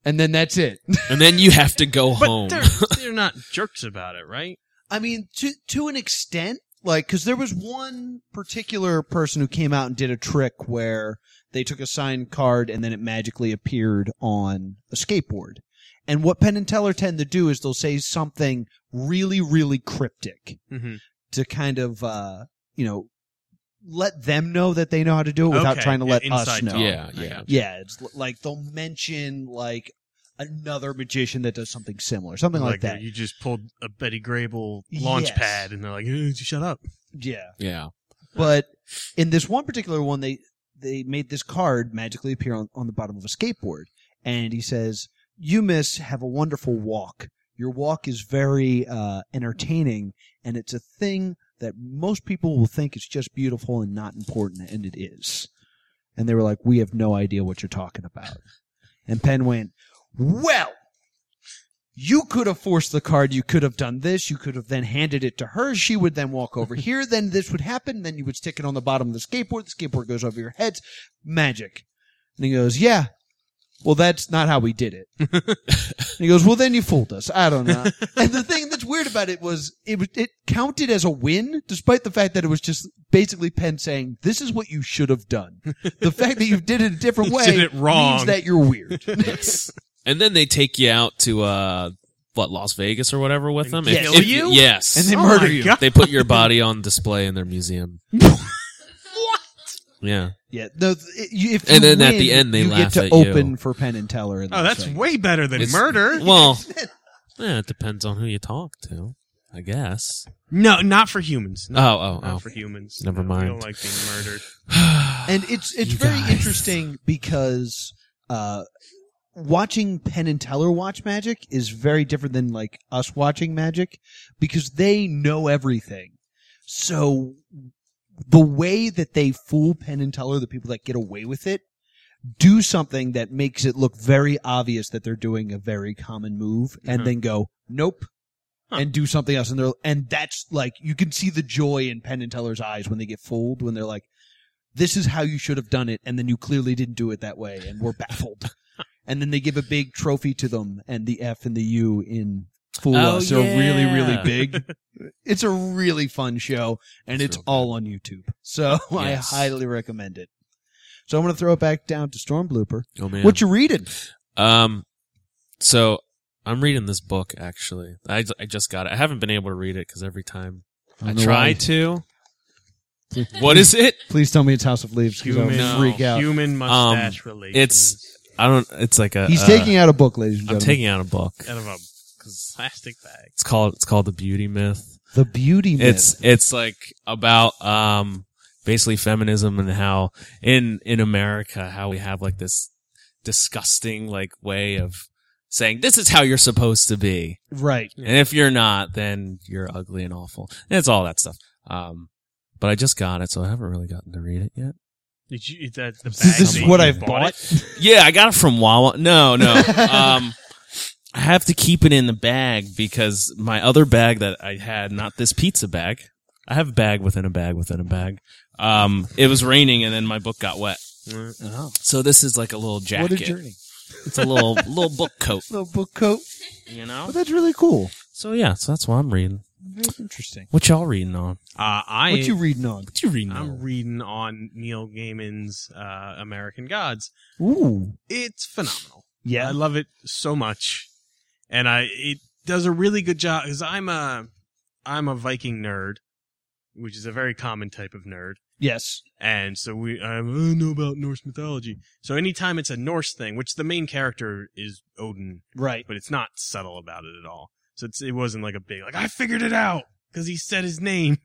and then that's it.
And then you have to go
But
home.
they're, they're not jerks about it, right?
I mean, to to an extent, like because there was one particular person who came out and did a trick where they took a signed card and then it magically appeared on a skateboard. And what Penn and Teller tend to do is they'll say something really, really cryptic
Mm-hmm.
to kind of, uh, you know, let them know that they know how to do it without
Okay,
trying to
yeah,
let us
inside
know.
talk.
Yeah,
I
yeah.
got
Yeah, it's l- like they'll mention like another magician that does something similar, something like, that.
You just pulled a Betty Grable launch
Yes.
pad, and they're like, "Eh, "Shut up."
yeah.
yeah.
But in this one particular one, they they made this card magically appear on, on the bottom of a skateboard, and he says, "You miss have a wonderful walk. Your walk is very uh, entertaining, and it's a thing that most people will think is just beautiful and not important, and it is." And they were like, "We have no idea what you're talking about." And Penn went, "Well." You could have forced the card. You could have done this. You could have then handed it to her. She would then walk over here. Then this would happen. Then you would stick it on the bottom of the skateboard. The skateboard goes over your heads. Magic. And he goes, yeah. Well, that's not how we did it. and he goes, well, then you fooled us. I don't know. and the thing that's weird about it was it was, it counted as a win, despite the fact that it was just basically Penn saying, this is what you should have done. The fact that you did it a different
You
way
did it
means
wrong.
that you're weird.
Yes. and then they take you out to uh what Las Vegas or whatever with them.
kill
you?
Yes.
And they
Oh
murder
my
you.
God.
they put your body on display in their museum. Yeah.
Yeah. No, th- it- you- if
And
you
then at
win,
the end, they
you
laugh
get to
at you.
open for Penn and Teller. And
Oh, that's way better than
It's-
murder.
Well, yeah, it depends on who you talk to, I guess.
No, not for humans.
Oh,
No,
oh,
not
oh.
for humans.
Never
No,
mind.
We don't like being murdered.
and it's it's
You
very
guys.
interesting because uh, watching Penn and Teller watch Magic is very different than like us watching Magic because they know everything. So the way that they fool Penn and Teller, the people that get away with it, do something that makes it look very obvious that they're doing a very common move, and
Uh-huh.
Mhm.
then go nope.
Huh.
And do something else, and they're and that's like you can see the joy in Penn and Teller's eyes when they get fooled, when they're like, this is how you should have done it, and then you clearly didn't do it that way, and we're baffled. and then they give a big trophy to them, and the F and the U in Fool
Oh,
Us are really, really
yeah.
big. it's a really fun show, and
It's
it's
real good.
all on YouTube. So I
Yes.
highly recommend it. So I'm going to throw it back down to Storm Blooper.
Oh, man.
What you reading?
Um, so I'm reading this book actually. I, I just got it. I haven't been able to read it because every time
don't
I
know
try
why.
to. what is it?
Please tell me it's House of Leaves because I'll
Human,
No.
freak out.
human mustache relations.
It's I don't. It's like a.
He's
uh,
taking out a book, ladies and
I'm
gentlemen.
taking out a book.
out of a plastic bag.
It's called. It's called the Beauty Myth.
the beauty myth.
It's it's like about um basically feminism and how in in America how we have like this disgusting like way of saying this is how you're supposed to be
right.
And if you're not, then you're ugly and awful. And it's all that stuff. Um, but I just got it, so I haven't really gotten to read it yet.
Did you, is that the bag
Is this
that
what
you
I've bought?
it?
Yeah, I got it from Wawa. No, no. Um, I have to keep it in the bag because my other bag that I had, not this pizza bag, I have a bag within a bag within a bag. Um, it was raining and then my book got wet.
Uh,
Oh,
So this is like a little jacket.
what a journey.
It's a little little book coat,
Little book coat.
you
Oh,
know.
that's really cool.
So yeah, so that's what I'm reading.
Very interesting.
What y'all reading on?
Uh, I
What you reading on?
What you reading
I'm
on?
reading on Neil Gaiman's uh, American Gods.
Ooh.
It's phenomenal.
Yeah.
I love it so much, and I it does a really good job because I'm a I'm a Viking nerd, which is a very common type of nerd.
yes.
And so we, I don't know about Norse mythology. So anytime it's a Norse thing, which the main character is Odin,
Right.
but it's not subtle about it at all. So it's, it wasn't like a big like I figured it out because he said his name.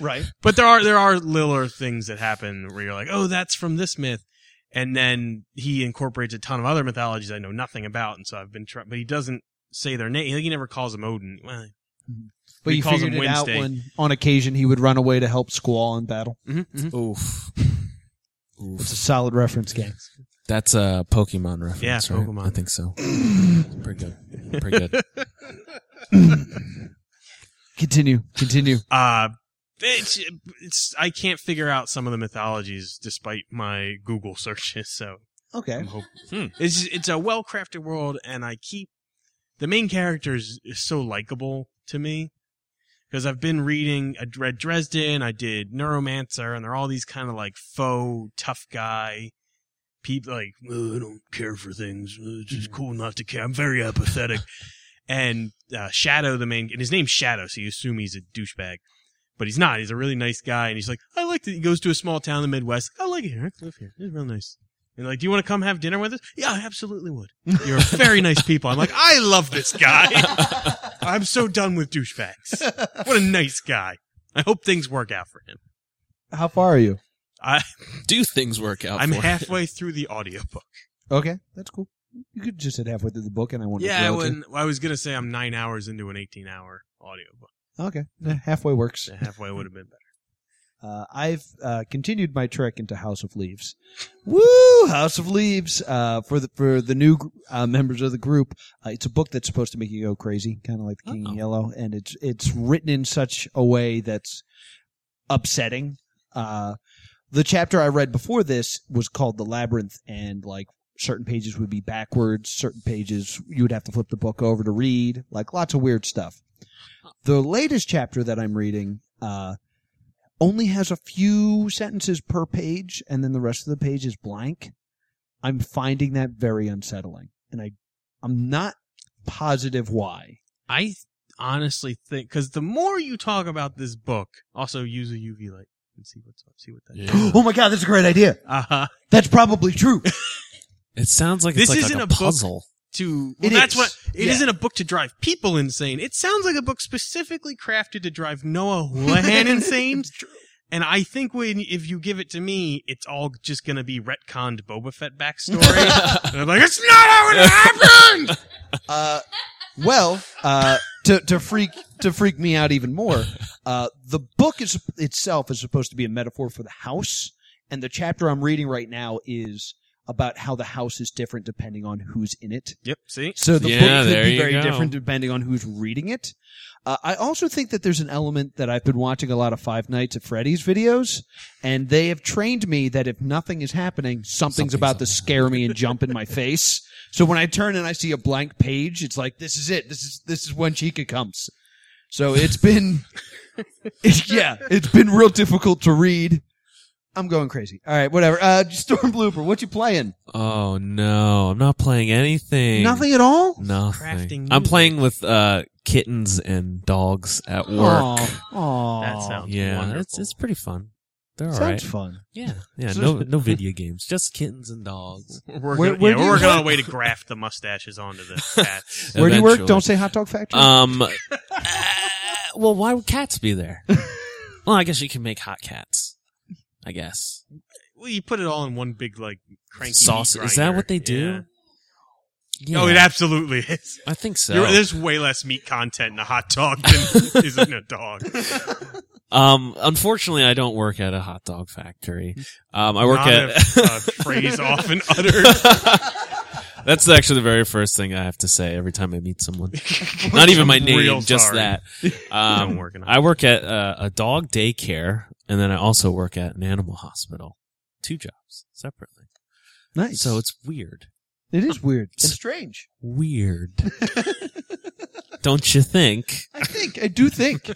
Right.
But there are there are littler things that happen where you're like, oh, that's from this myth, and then he incorporates a ton of other mythologies I know nothing about, and so I've been trying. But he doesn't say their name. He never calls him Odin. Well,
But
He
you
calls
figured
him
it out
Wednesday.
when, on occasion, he would run away to help Squall in battle.
mhm,
mm-hmm.
mhm.
Oof. Oof.
It's a solid reference, gang.
That's a Pokemon reference.
Yeah,
right?
Pokemon.
I think so. Pretty good. Pretty good.
Continue. Continue.
Uh, it's, it's I can't figure out some of the mythologies despite my Google searches. So
Okay.
I'm hoping
Hmm.
it's it's a well crafted world, and I keep the main character is, is so likable to me because I've been reading. I read Dresden, I did Neuromancer, and they're all these kind of like faux tough guy people. Like "Oh, I don't care for things. Oh, It's just cool not to care. I'm very apathetic. and uh, Shadow, the main, and his name's Shadow, so you assume he's a douchebag. But he's not. He's a really nice guy, and he's like, I like that. He goes to a small town in the Midwest. I like it here. I live here. It's real nice. And like, do you want to come have dinner with us? Yeah, I absolutely would. You're very nice people. I'm like, I love this guy. I'm so done with douchebags. What a nice guy. I hope things work out for him.
How far are you?
I,
Do things work out?
I'm
for you?
halfway through the audiobook.
Okay. That's cool. You could just hit halfway through the book, and I wouldn't.
Yeah, I
have failed
wouldn't- I was gonna say I'm nine hours into an 18 hour audiobook.
you. Okay. Nah, halfway works.
So halfway would have been better.
Uh, I've uh, continued my trek into House of Leaves. Woo! House of Leaves uh, for the for the new gr- uh, members of the group. Uh, it's a book that's supposed to make you go crazy, kind of like The King in
Uh-oh.
Yellow, and it's it's written in such a way that's upsetting. Uh, the chapter I read before this was called The Labyrinth, and like certain pages would be backwards, certain pages you would have to flip the book over to read, like lots of weird stuff. The latest chapter that I'm reading uh, only has a few sentences per page, and then the rest of the page is blank. I'm finding that very unsettling, and I, I'm not positive why.
I th- honestly think because the more you talk about this book, also use a UV light and see what's up. See what that.
Yeah.
oh my god, that's a great idea.
Uh-huh.
That's probably true.
It sounds like it's
This
like,
isn't
a,
a book.
puzzle.
To well,
It
that's
is.
what it
Yeah.
not a book to drive people insane. It sounds like a book specifically crafted to drive Noah Hulahan insane. And I think when if you give it to me, it's all just gonna be retconned Boba Fett backstory. and I'm like, it's not how it happened.
Uh, well, uh, to to freak to freak me out even more, uh, the book is itself is supposed to be a metaphor for the house, and the chapter I'm reading right now is about how the house is different depending on who's in it.
yep. See,
So the
Yeah,
book could
there
be
you
very
go.
different depending on who's reading it. Uh, I also think that there's an element that I've been watching a lot of Five Nights at Freddy's videos, and they have trained me that if nothing is happening, something's
Something's
about to
up.
scare me and jump in my face. So when I turn and I see a blank page, it's like this is it. This is this is when Chica comes. So it's been, yeah, it's been real difficult to read. I'm going crazy. All right, whatever. Uh, Storm Blooper, what you playing?
Oh no, I'm not playing anything.
Nothing at all.
Nothing.
Crafting
I'm
music.
playing with uh, kittens and dogs at work.
Aw.
That
Aw.
sounds
yeah,
wonderful.
it's it's pretty fun. They're all
Sounds
right.
fun.
Yeah, yeah. No no video games, just kittens and dogs.
we're working,
Where-
yeah,
where do
we're
you
working on a
work?
way to graft the mustaches onto the cats.
Where do you work?
Eventually.
Don't say hot dog factory.
Um. uh, well, why would cats be there? well, I guess you can make hot cats. I guess
well, you put it all in one big like cranky
sauce.
meat
Is that
grinder.
what they
Yeah.
do? Yeah.
Oh, it absolutely is.
I think so.
You're- there's way less meat content in a hot dog than is in a dog.
Um, unfortunately, I don't work at a hot dog factory. Um, I work
Not
at. Um,
a, a phrase often uttered.
uh,
That's actually the very first thing I have to say every time I meet someone. Not even my
I'm
name,
real
just
sorry.
that.
I'm
Um,
working on
I work at uh, a dog daycare, and then I also work at an animal hospital. Two jobs separately.
nice.
So it's weird.
it is weird
and
strange.
Weird. don't you think?
I think I do think.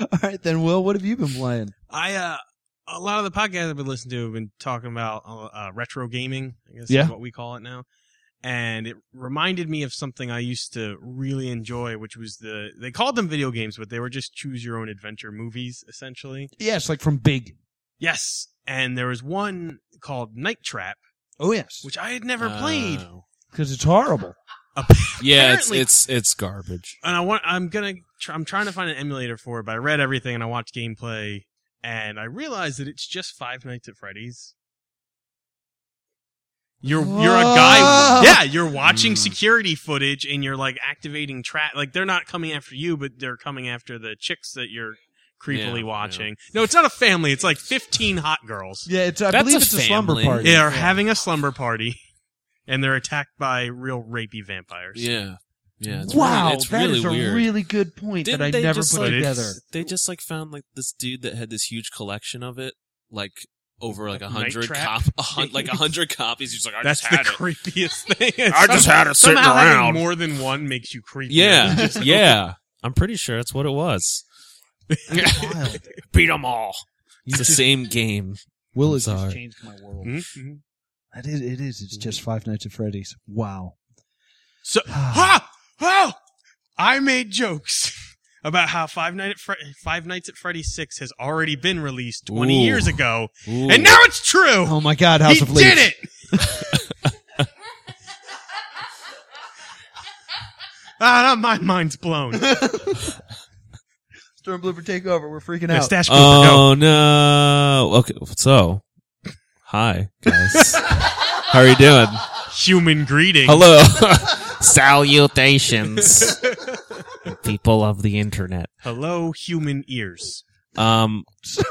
All right, then, Will, what have you been playing?
I uh, a lot of the podcasts I've been listening to have been talking about uh, uh, retro gaming. I guess
Yeah.
is what we call it now. And it reminded me of something I used to really enjoy, which was the they called them video games, but they were just choose your own adventure movies essentially.
Yes, like from Big.
Yes, and there was one called Night Trap,
Oh yes,
which I had never played.
Oh.
because it's horrible.
Yeah, it's
Apparently-
it's it's garbage.
and I want I'm gonna tr- I'm trying to find an emulator for it, but I read everything and I watched gameplay, and I realized that it's just Five Nights at Freddy's. You're you're a guy,
Whoa.
yeah. You're watching
Mm.
security footage and you're like activating trap. Like they're not coming after you, but they're coming after the chicks that you're creepily
Yeah,
watching. No, it's not a family. It's like 15 hot girls.
Yeah, it's. I
That's
believe
a
it's a slumber
family.
party.
They are having a slumber party, and they're attacked by real rapey vampires.
Yeah, yeah. It's
wow,
really, it's
that
really
is a
weird.
really good point
Didn't
that I
they
never
just,
put
like,
together.
They just like found like this dude that had this huge collection of it, like over like a
Night
hundred
Trap?
cop, a hun- like a hundred copies. He's like, I
That's
just
the
had it.
creepiest thing.
I just had it sitting
somehow having
around.
more than one makes you creepy.
yeah, yeah. I'm pretty sure that's what it was.
Wild.
Beat them all.
You
It's the
just-
same game.
Will
I'm
has just
sorry.
changed my world.
Mm-hmm.
Mhm.
That is. It is. It's just Five Nights at Freddy's. Wow.
So, ha! Oh! I made jokes about how Five, Night at Fre- Five Nights at Freddy's 6 has already been released 20
Ooh.
years ago,
Ooh.
and now it's true!
Oh my God, House
he
of Leaves.
did it! ah, now my mind's blown.
Storm Blooper, take over. We're freaking out.
Mustache Cooper, go.
oh no. Okay, so hi guys. How are you doing?
Human greeting.
Hello. Salutations, people of the internet.
Hello, human ears.
Um.
So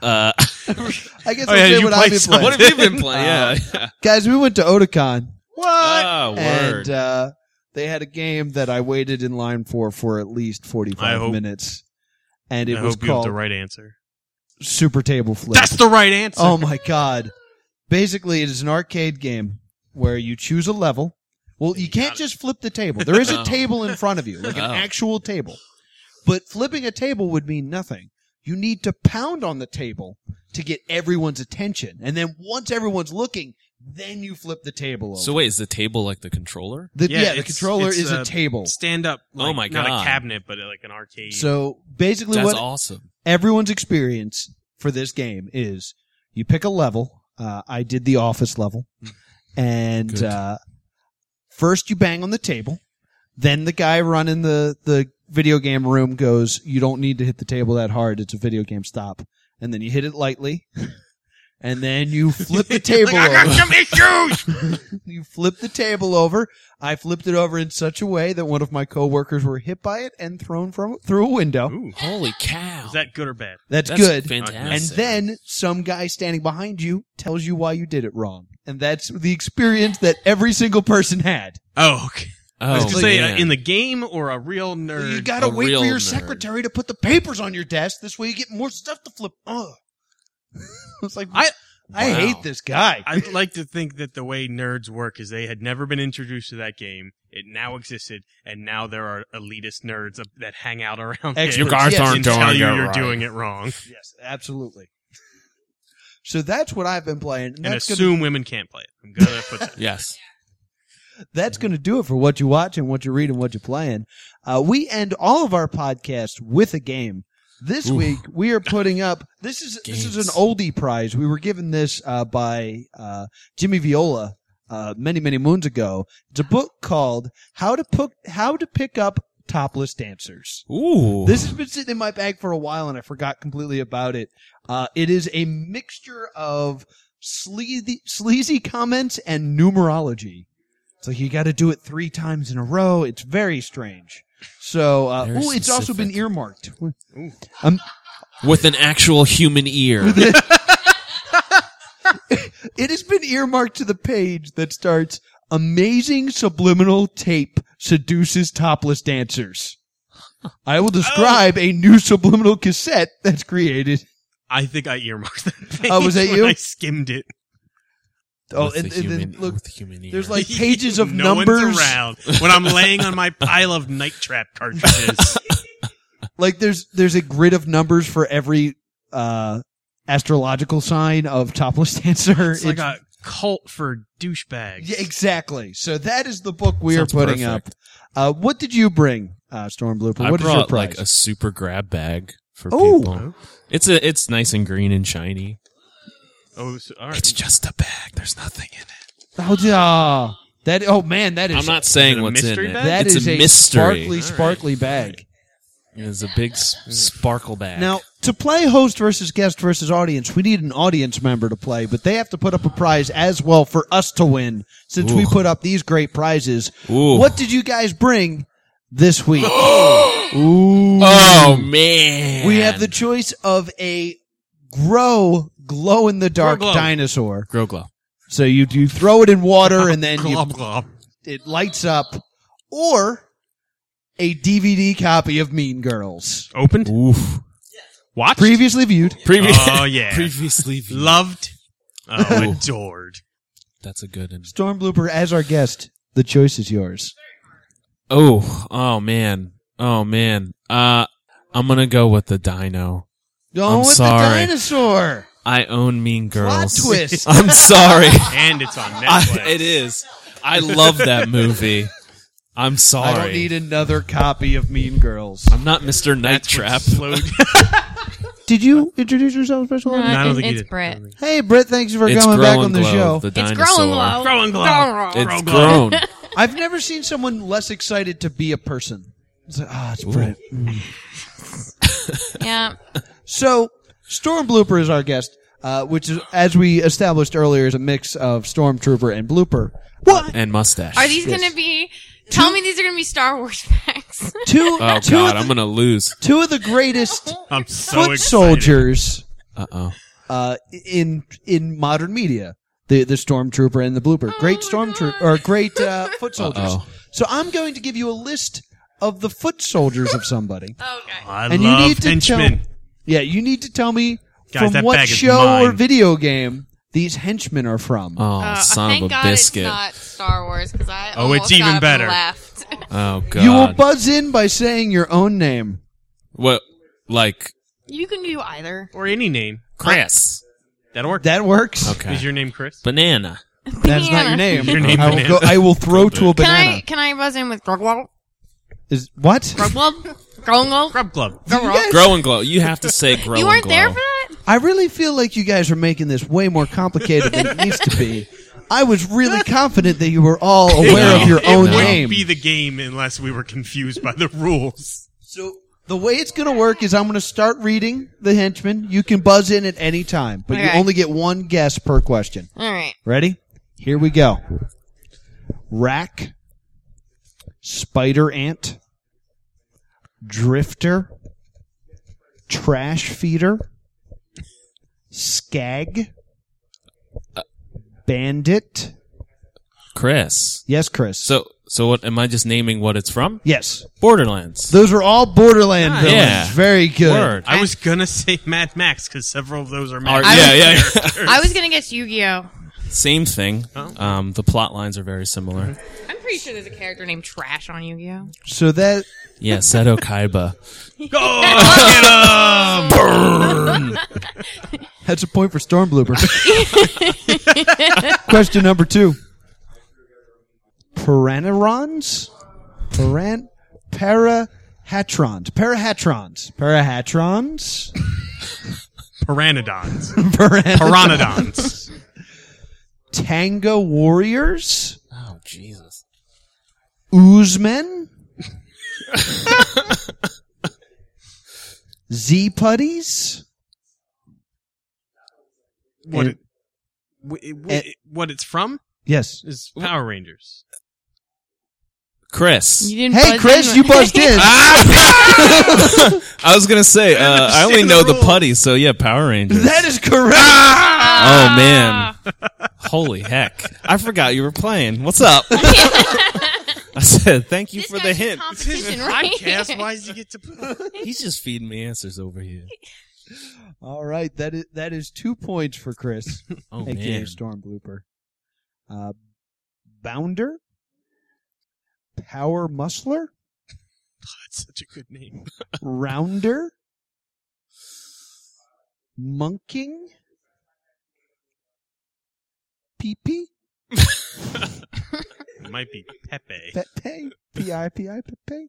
Uh.
I guess
Oh,
I'll
yeah,
say
you
what I've
played
been
some-
playing.
What have you been playing?
Uh,
yeah.
Guys, we went to Otakon
What?
Ah,
and
word.
uh, they had a game that I waited in line for for at least
I
45
hope-
minutes. And it
I
was
hope you have
called
the right answer.
Super Table Flip.
That's the right answer.
Oh my god. Basically, it is an arcade game where you choose a level. Well, you can't just flip the table. There is a
Oh.
table in front of you, like an
Oh.
actual table. But flipping a table would mean nothing. You need to pound on the table to get everyone's attention. And then once everyone's looking, then you flip the table over.
So wait, is the table like the controller?
the,
Yeah,
yeah, the
it's-
controller
it's
is a,
a
table.
Stand up.
Oh
like,
my
Not
God.
a cabinet, but like an arcade.
So basically
That's
what
awesome.
everyone's experience for this game is you pick a level. Uh, I did the office level, and
Good.
uh, first you bang on the table. Then the guy running the the video game room goes, "You don't need to hit the table that hard. It's a video game. Stop." And then you hit it lightly, and then you flip the table
like, I got
over.
some issues.
you flip the table over. I flipped it over in such a way that one of my coworkers were hit by it and thrown from through a window.
Ooh,
Holy cow!
is that good or bad?
That's,
That's
good. And
Fantastic.
then some guy standing behind you tells you why you did it wrong. And that's the experience that every single person had.
Oh, okay.
oh,
I was gonna say uh,
man.
in the game or a real nerd.
You gotta
a
wait for
real
your
nerd.
secretary to put the papers on your desk. This way you get more stuff to flip. Ugh. it's like, I,
I-
I
Wow.
hate this guy.
I'd like to think that the way nerds work is they had never been introduced to that game. It now existed, and now there are elitist nerds up- that hang out around
Experts,
it
You guys yes. aren't
and tell
doing
you
it
you're
right.
doing it wrong,
yes, absolutely. So that's what I've been playing. And
and
that's
assume women can't play it. I'm gonna put that.
yes,
gonna, that's gonna do it for what you watch and what you read and what you're playing. Uh, we end all of our podcasts with a game. This
Oof.
week we are putting up. This is this is
Games.
an oldie prize. We were given this uh, by uh, Jimmy Viola uh, many many moons ago. It's a book called How to Pick How to Pick Up Topless Dancers.
ooh,
This has been sitting in my bag for a while, and I forgot completely about it. Uh, it is a mixture of sleazy, sleazy comments and numerology. It's like you got to do it three times in a row. It's very strange. So, uh,
Very
ooh, it's also been
specific.
earmarked.
with an actual human ear.
It has been earmarked to the page that starts "Amazing subliminal tape seduces topless dancers." I
Oh.
will describe a new subliminal cassette that's created
I think I earmarked that.
Oh, was
page
that
when
you?
I skimmed it.
Oh,
With
and,
the
and
human,
then look,
with the human ear.
there's like pages of
no
numbers.
one's around when I'm laying on my pile of night trap cartridges.
Like there's there's a grid of numbers for every uh astrological sign of topless dancer.
it's like a cult for douchebags.
yeah, exactly. So that is the book we
Sounds
are putting
perfect.
up. Uh what did you bring, uh Storm Blooper?
I
What is
brought
your prize?
like a super grab bag for
Oh.
people. It's a it's nice and green and shiny.
Oh, so, all
It's
right.
just a bag. There's nothing in it.
oh, yeah. that oh man, that is
I'm not saying
it a
what's in
mystery
it.
bag?
that
it's
is
a mystery.
sparkly sparkly bag.
It's a big s- sparkle bag.
Now, to play host versus guest versus audience, we need an audience member to play, but they have to put up a prize as well for us to win since we
Ooh.
put up these great prizes.
Ooh.
What did you guys bring this week?
Oh man,
we have the choice of a grow glow in the dark
Grow glow.
dinosaur.
grow glow.
So you you throw it in water and then you,
Glob, glob.
it lights up or a DVD copy of Mean Girls.
Opened.
Oof.
Watched.
Previously viewed.
Previous.
Oh yeah.
Previously, viewed.
Loved.
Ooh.
Oh, adored.
That's a good. And-
Storm Blooper as our guest. The choice is yours.
oh, oh man, oh man. Uh, I'm gonna go with the Dino.
Going
I'm
with
sorry.
the dinosaur.
I own Mean Girls.
Plot twist.
I'm sorry.
And it's on
I,
Netflix.
it is. I love that movie. I'm sorry.
I don't need another copy of Mean Girls.
I'm not Mr. Night Trap.
Slowed.
Did you introduce yourself, Special?
No,
Ed?
I don't think he
it's
did.
Brett.
Hey, Britt, thanks for
It's
coming
Grow
back
and
on the
Glow,
show.
The
It's
dinosaur.
growing low.
Growing glow.
It's
Grow Glow.
grown.
I've never seen someone less excited to be a person. It's like, ah, it's Britt.
Yeah.
So, Storm Blooper is our guest, uh, which is, as we established earlier, is a mix of Stormtrooper and Blooper. What?
and mustache.
Are these gonna be? Tell me these are gonna be Star Wars facts.
Two,
Oh
two
god,
of
I'm
the,
gonna lose.
two of the greatest
I'm so
foot
excited.
soldiers
Uh oh.
uh, in in modern media. The the stormtrooper and the blooper, great stormtrooper or great uh, foot soldiers.
Uh-oh.
So I'm going to give you a list of the foot soldiers of somebody.
okay.
I
And you
love
need to
henchmen.
tell- Yeah, you need to tell me
Guys,
from
that
what
bag is
show or
mine.
video game these henchmen are from.
Oh,
Uh,
son
thank
of a
God
biscuit.
it's not Star Wars because I
Oh,
almost
it's even
got up
better.
And left.
oh god.
you will buzz in by saying your own name.
what like
you can do either.
or any name.
Chris.
That'll work.
That works.
Okay.
Is your name Chris?
Banana.
That's not your
Banana.
name.
Your name
I will
banana.
go. I will throw to a
Can
banana.
I can I buzz in with Grogwald?
Is what?
Grogwald? Grogwald?
Grub Club.
You guys-
Grow and glow. You have to say grow
You
and
weren't
glow.
there for that?
I really feel like you guys are making this way more complicated than it needs to be. I was really confident that you were all aware of your
It
own
wouldn't
name.
be the game unless we were confused by the rules.
So the way it's going to work is I'm going to start reading the henchman. You can buzz in at any time, but you
Okay.
only get one guess per question.
All right.
Ready? Here we go. Rack, spider ant, drifter, trash feeder, skag, bandit.
Chris.
Yes, Chris.
So so what am I just naming what it's from?
yes,
Borderlands.
those are all Borderland villains.
Yeah.
Very good.
Word.
I was gonna say Mad Max because several of those are
Or-
Mad.
yeah, yeah, yeah.
I was gonna guess Yu-Gi-Oh.
Same thing.
Oh.
Um, the plot lines are very similar.
Mm-hmm.
I'm pretty sure there's a character named Trash on Yu-Gi-Oh.
So that
Yeah, Seto Kaiba.
Oh,
That's a point for Stormblooper. Question number two. Paranarons? Paran Parahatrons. Parahatrons. Parahatrons?
Pteranodons.
Paran-
Pteranodons.
Tanga Warriors?
Oh Jesus.
Oozmen? Z putties?
what?
And-
It, wh- it- wh- it- what it's from
Yes.
is Power Rangers.
Chris.
You didn't.
Hey, Chris, you buzzed in.
Ah! I was gonna say, uh, I only
understand
know
the
the
rules.
putty, so yeah, Power Rangers.
That is correct.
Ah.
oh man, holy heck! I forgot you were playing. What's up? I said, thank you
This
for
guy's
the
a
hint.
competition, right?
Podcast. Why did you get to?
He's just feeding me answers over here.
All right, that is that is two points for Chris.
Oh
aka
man,
Storm Blooper. Uh, Bounder, Power Muscler,
That's such a good name.
Rounder, Monking, Peepee,
It might be Pepe.
Pepe, P I P I Pepe,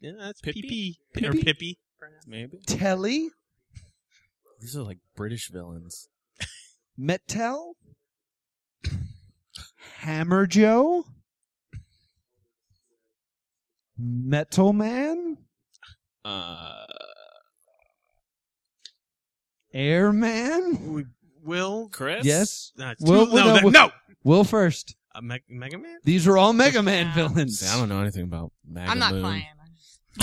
yeah, that's
Pippi?
Pippi or
Pippi?
Pippi.
maybe
Telly,
these are like British villains.
Metel, Hammer Joe, Metal Man,
Uh,
Airman.
Will.
Chris.
Yes.
No, it's
Will-
too-
Will-
no, that-
Will-
no.
Will first.
Uh, Meg- Mega Man.
These are all Mega Man
Yeah.
villains.
See, I don't know anything about. Mega
I'm not
Moon.
playing.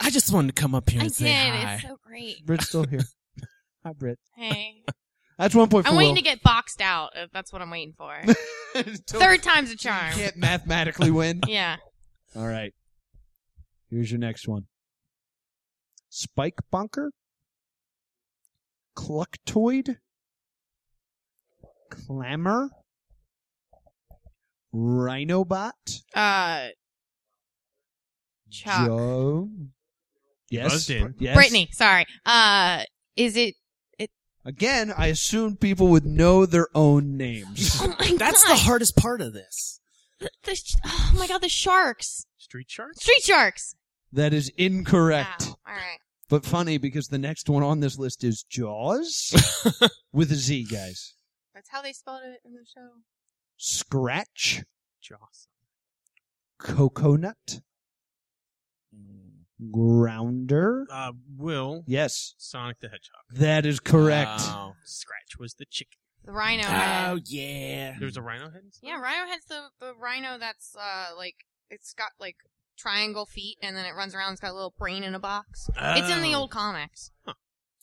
I just wanted to come up here
I
and
did.
say hi.
It's so great.
Britt's still here. Hi, Britt.
Hey,
That's one point for
I'm
Will.
waiting to get boxed out. If that's what I'm waiting for.
Don't-
Third time's a charm.
Can't mathematically win.
Yeah.
all right. Here's your next one. Spike Bonker. Clucktoid. Clamor. Rhinobot.
Uh, Chuck.
Joe. Yes.
Buzzed in.
yes.
Brittany. Sorry. Uh, is it?
Again, I assume people would know their own names.
Oh my
That's the
god.
hardest part of this.
The, sh- oh my god. The sharks.
Street Shark.
Street sharks.
that is incorrect.
Wow. All right.
But funny because the next one on this list is Jaws with a Z, guys.
That's how they spelled it in the show.
Scratch,
Joss.
coconut, grounder.
Uh, Will.
Yes,
Sonic the Hedgehog.
that is correct.
Wow.
Oh, Scratch was the chicken.
The rhino head.
Oh yeah.
There was a rhino head.
Yeah, rhino head's the, the rhino that's uh like it's got like triangle feet and then it runs around. It's got a little brain in a box. It's in the
Oh.
old comics.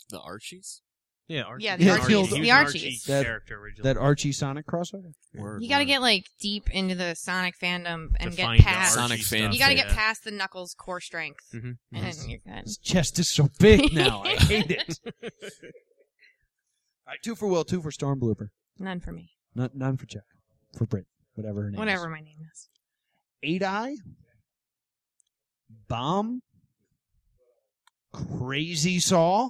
The Archies.
Yeah, Archie.
Yeah,
the Yeah, Archies. the old-
He was
the
an
Archies.
Archie
That-
character originally.
That Archie Sonic crossover?
Word,
You got to
word.
get like deep into the Sonic fandom and
To
get
find the
past.
Sonic
Archie
fan
stuff,
You got to
fandom,
get
yeah.
past the Knuckles core strength,
Mhm.
and then you're good.
His chest is so big now.
Oh,
I hate it. All right, two for Will, two for Storm Blooper.
None for me.
None, none for Jack. For Brit. Whatever her name is.
Whatever my name is.
Eight Eye, Bomb, Crazy Saw,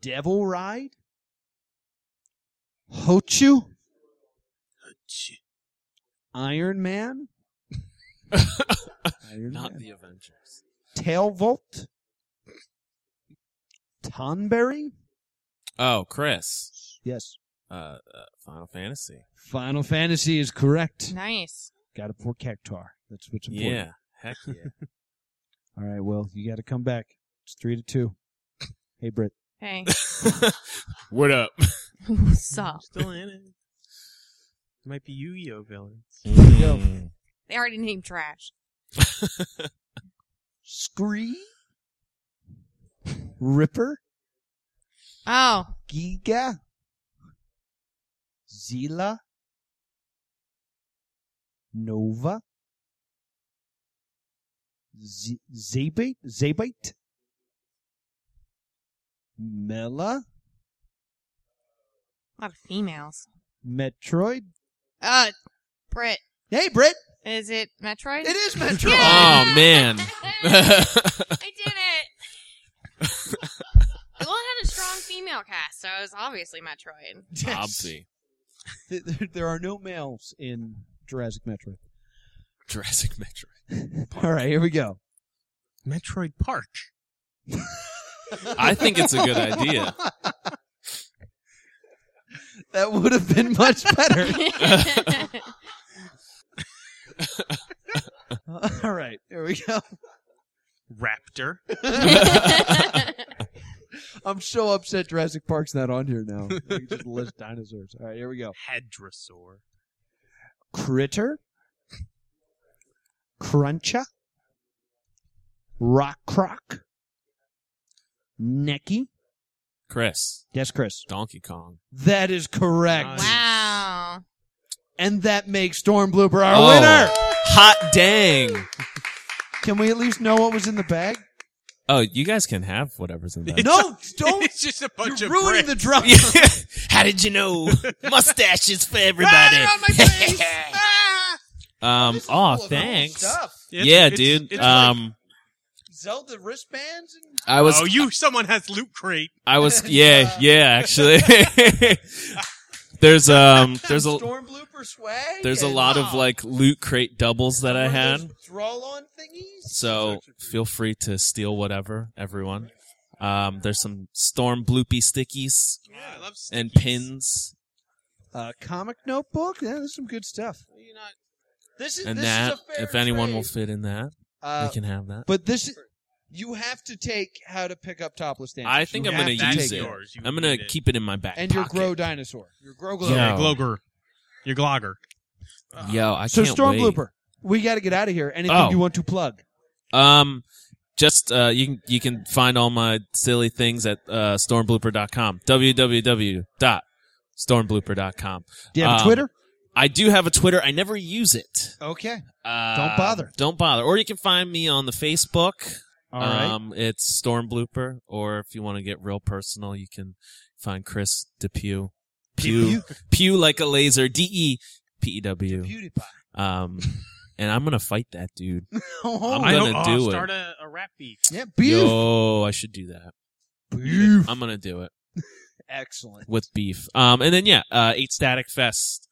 Devil Ride, Hochu, Iron Man, Iron
Not
Man,
the Avengers.
Tailvolt, Tonberry,
Oh, Chris.
yes,
Uh, uh, Final Fantasy.
Final Fantasy is correct.
Nice.
Got it for Cactar. That's what's important.
Yeah. Heck yeah.
All right, well, you got to come back. It's three to two. Hey, Britt.
Hey,
what up?
sup?
Still in it. Might be Yu-Gi-Oh villains.
Mm.
They already named trash.
Scree, Ripper,
Oh,
Giga, Zila, Nova, Z- Zabite, Zabite, Mela,
a lot of females.
Metroid.
Uh, Britt,
Hey, Britt,
is it Metroid?
it is Metroid.
Yeah!
Oh man.
I did it. well, it had a strong female cast, so it was obviously Metroid.
Yes.
Obvi.
Th- There, there are no males in Jurassic Metroid.
Jurassic Metro.
All right, here we go.
Metroid Park.
I think it's a good idea.
That would have been much better. All right, there we go.
Raptor.
I'm so upset Jurassic Park's not on here now. We can just list dinosaurs. All right, here we go.
Hadrosaur.
Critter, Cruncha, Rock Croc, Necky.
Chris.
Yes, Chris.
Donkey Kong.
That is correct.
Nice.
wow.
And that makes Storm Blooper our
Oh.
winner.
Hot dang.
Can we at least know what was in the bag?
Oh, you guys can have whatever's in that.
No, don't.
It's just a
You're
bunch of
ruining the drop.
How did you know? Mustaches for
Ah, they're on my face! Ah!
um.
This is
Oh,
full of
thanks.
cool stuff.
It's-
yeah,
it's-
dude.
it's like-
um.
Zelda wristbands and
I was.
oh, you. Someone has loot crate.
I was. Yeah. Yeah. Actually. there's um. There's a.
storm blooper swag.
There's a
and
lot of like loot crate doubles that I
one of
had.
those Throw-on thingies.
So feel free to steal whatever, everyone. Um, there's some storm bloopy stickies
Yeah, I love.
and pins.
Uh, comic notebook. Yeah, there's some good stuff. This is
and
this
that,
Is a fair
if anyone
trade.
will fit in that,
Uh,
we can have that.
but this, is- you have to take how to pick up topless dancers.
I think
You
I'm
have
gonna
to
use
take
it.
Yours. You
I'm gonna
need it.
keep it in my back
And your
pocket.
grow dinosaur. Your grow glow.
Yeah.
Your Gloger. Your Glogger. Uh,
Yo, I
So
can't
storm
wait.
blooper. We got to get out of here. Anything
Oh.
you want to plug?
Um, just uh, you can you can find all my silly things at uh, stormblooper.com. www.stormblooper.com.
Do you have a
Um,
Twitter?
I do have a Twitter. I never use it.
Okay.
Uh,
Don't bother.
Don't bother. Or you can find me on the Facebook.
All right.
Um, it's Storm Blooper, or if you want to get real personal, you can find Chris DePew. Pew, Pew like a laser. D E P E W.
Beauty pie.
Um, and I'm gonna fight that dude.
Oh,
I'm
I hope,
gonna
oh,
do
I'll
it.
start a, a rap beat.
yeah, beef.
Yo, I should do that.
Beef.
I'm gonna do it
Excellent.
with beef. Um, and then yeah, uh, Eight Static Fest.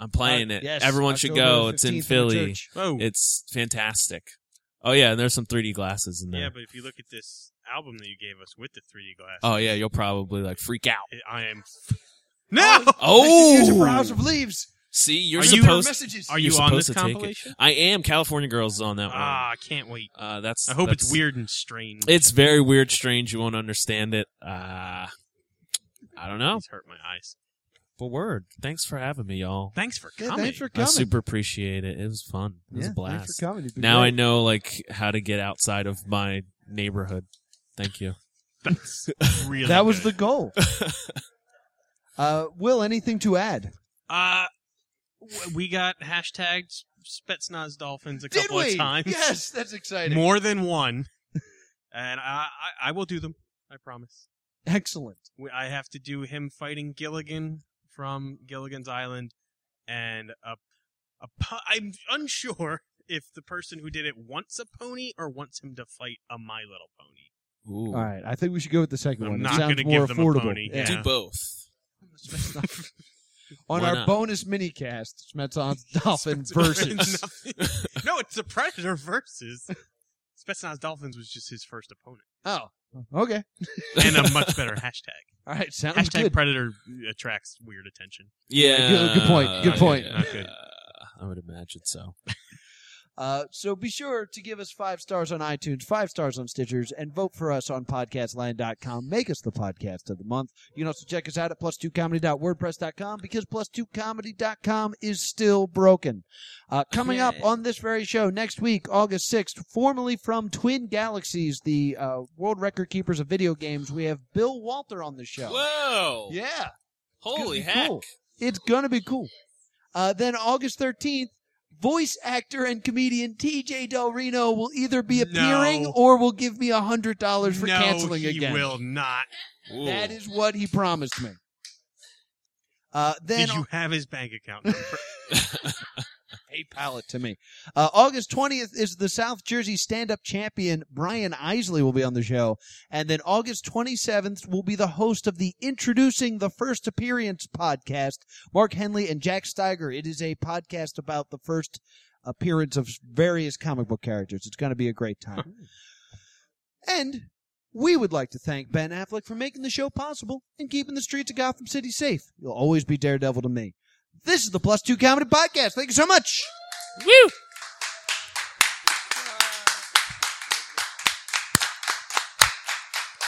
I'm playing
Uh,
it.
yes,
Everyone should
October
go. It's in
15th the
Philly.
church.
Whoa.
It's fantastic. Oh yeah, and there's some 3D glasses in there.
yeah, but if you look at this album that you gave us with the 3D glass,
oh yeah, you'll probably like freak out.
I am. No.
They should use it for
Oh,
House of Leaves.
see, you're
Are you-
supposed.
messages.
Are
You're
you on
supposed
this
to take it.
compilation?
I am California Girls is on that
Ah, I can't wait.
one. Uh, that's.
I hope it's
that's-
weird and strange.
It's very weird, strange. You won't understand it. Uh, I don't know.
It's hurt my eyes.
But word, thanks for having me, y'all.
Thanks for
Yeah,
coming.
thanks for
I
coming.
super appreciate it. It was fun. It was
yeah,
a blast.
Thanks for coming.
Now I know like how to get outside of my neighborhood. Thank you.
That's really
that was the
good.
goal. uh, Will, anything to add?
Uh, w- we got hashtagged Spetsnaz Dolphins a
Did
couple
we?
of times.
Yes, that's exciting.
More than one. And I, I, I will do them. I promise.
Excellent.
We, I have to do him fighting Gilligan from Gilligan's Island and a, a po- I'm unsure if the person who did it wants a pony or wants him to fight a My Little Pony.
Ooh.
All right, I think we should go with the 2nd
I'm
one.
not
it sounds
gonna
more
give them a
affordable.
pony.
Yeah.
Do both.
On
Why
our
not?
bonus minicast, Smetson's Dolphins versus.
Nothing- no, it's the Predator versus. Spetsnaz Dolphins was just his first opponent.
oh, okay.
And a much better hashtag.
All right, sounds
Hashtag
good.
predator attracts weird attention.
Yeah.
Good- good point, good point.
Not good.
I would imagine so.
Uh, so be sure to give us five stars on iTunes, five stars on Stitchers, and vote for us on podcastline.com. Make us the podcast of the month. You can also check us out at plus2comedy.wordpress.com because plus2comedy.com is still broken. Uh, coming up on this very show next week, August 6th, formerly from Twin Galaxies, the uh, world record keepers of video games, we have Bill Walter on the show.
Whoa!
Yeah. It's
Holy
gonna be
heck!
cool. It's gonna be cool. Uh, then August 13th, voice actor and comedian TJ Del Reno will either be appearing
No.
or will give me hundred dollars for
no,
canceling
he
again.
will not.
Ooh.
That is what he promised me. Uh, then
Did you have his bank account number?
PayPal it to me. Uh, August 20th is the South Jersey stand up champion Brian Isley will be on the show. And then August 27th will be the host of the Introducing the First Appearance podcast, Mark Henley and Jack Steiger. It is a podcast about the first appearance of various comic book characters. It's going to be a great time. and we would like to thank Ben Affleck for making the show possible and keeping the streets of Gotham City safe. You'll always be Daredevil to me. This is the Plus Two Comedy Podcast. Thank you so much.
Woo!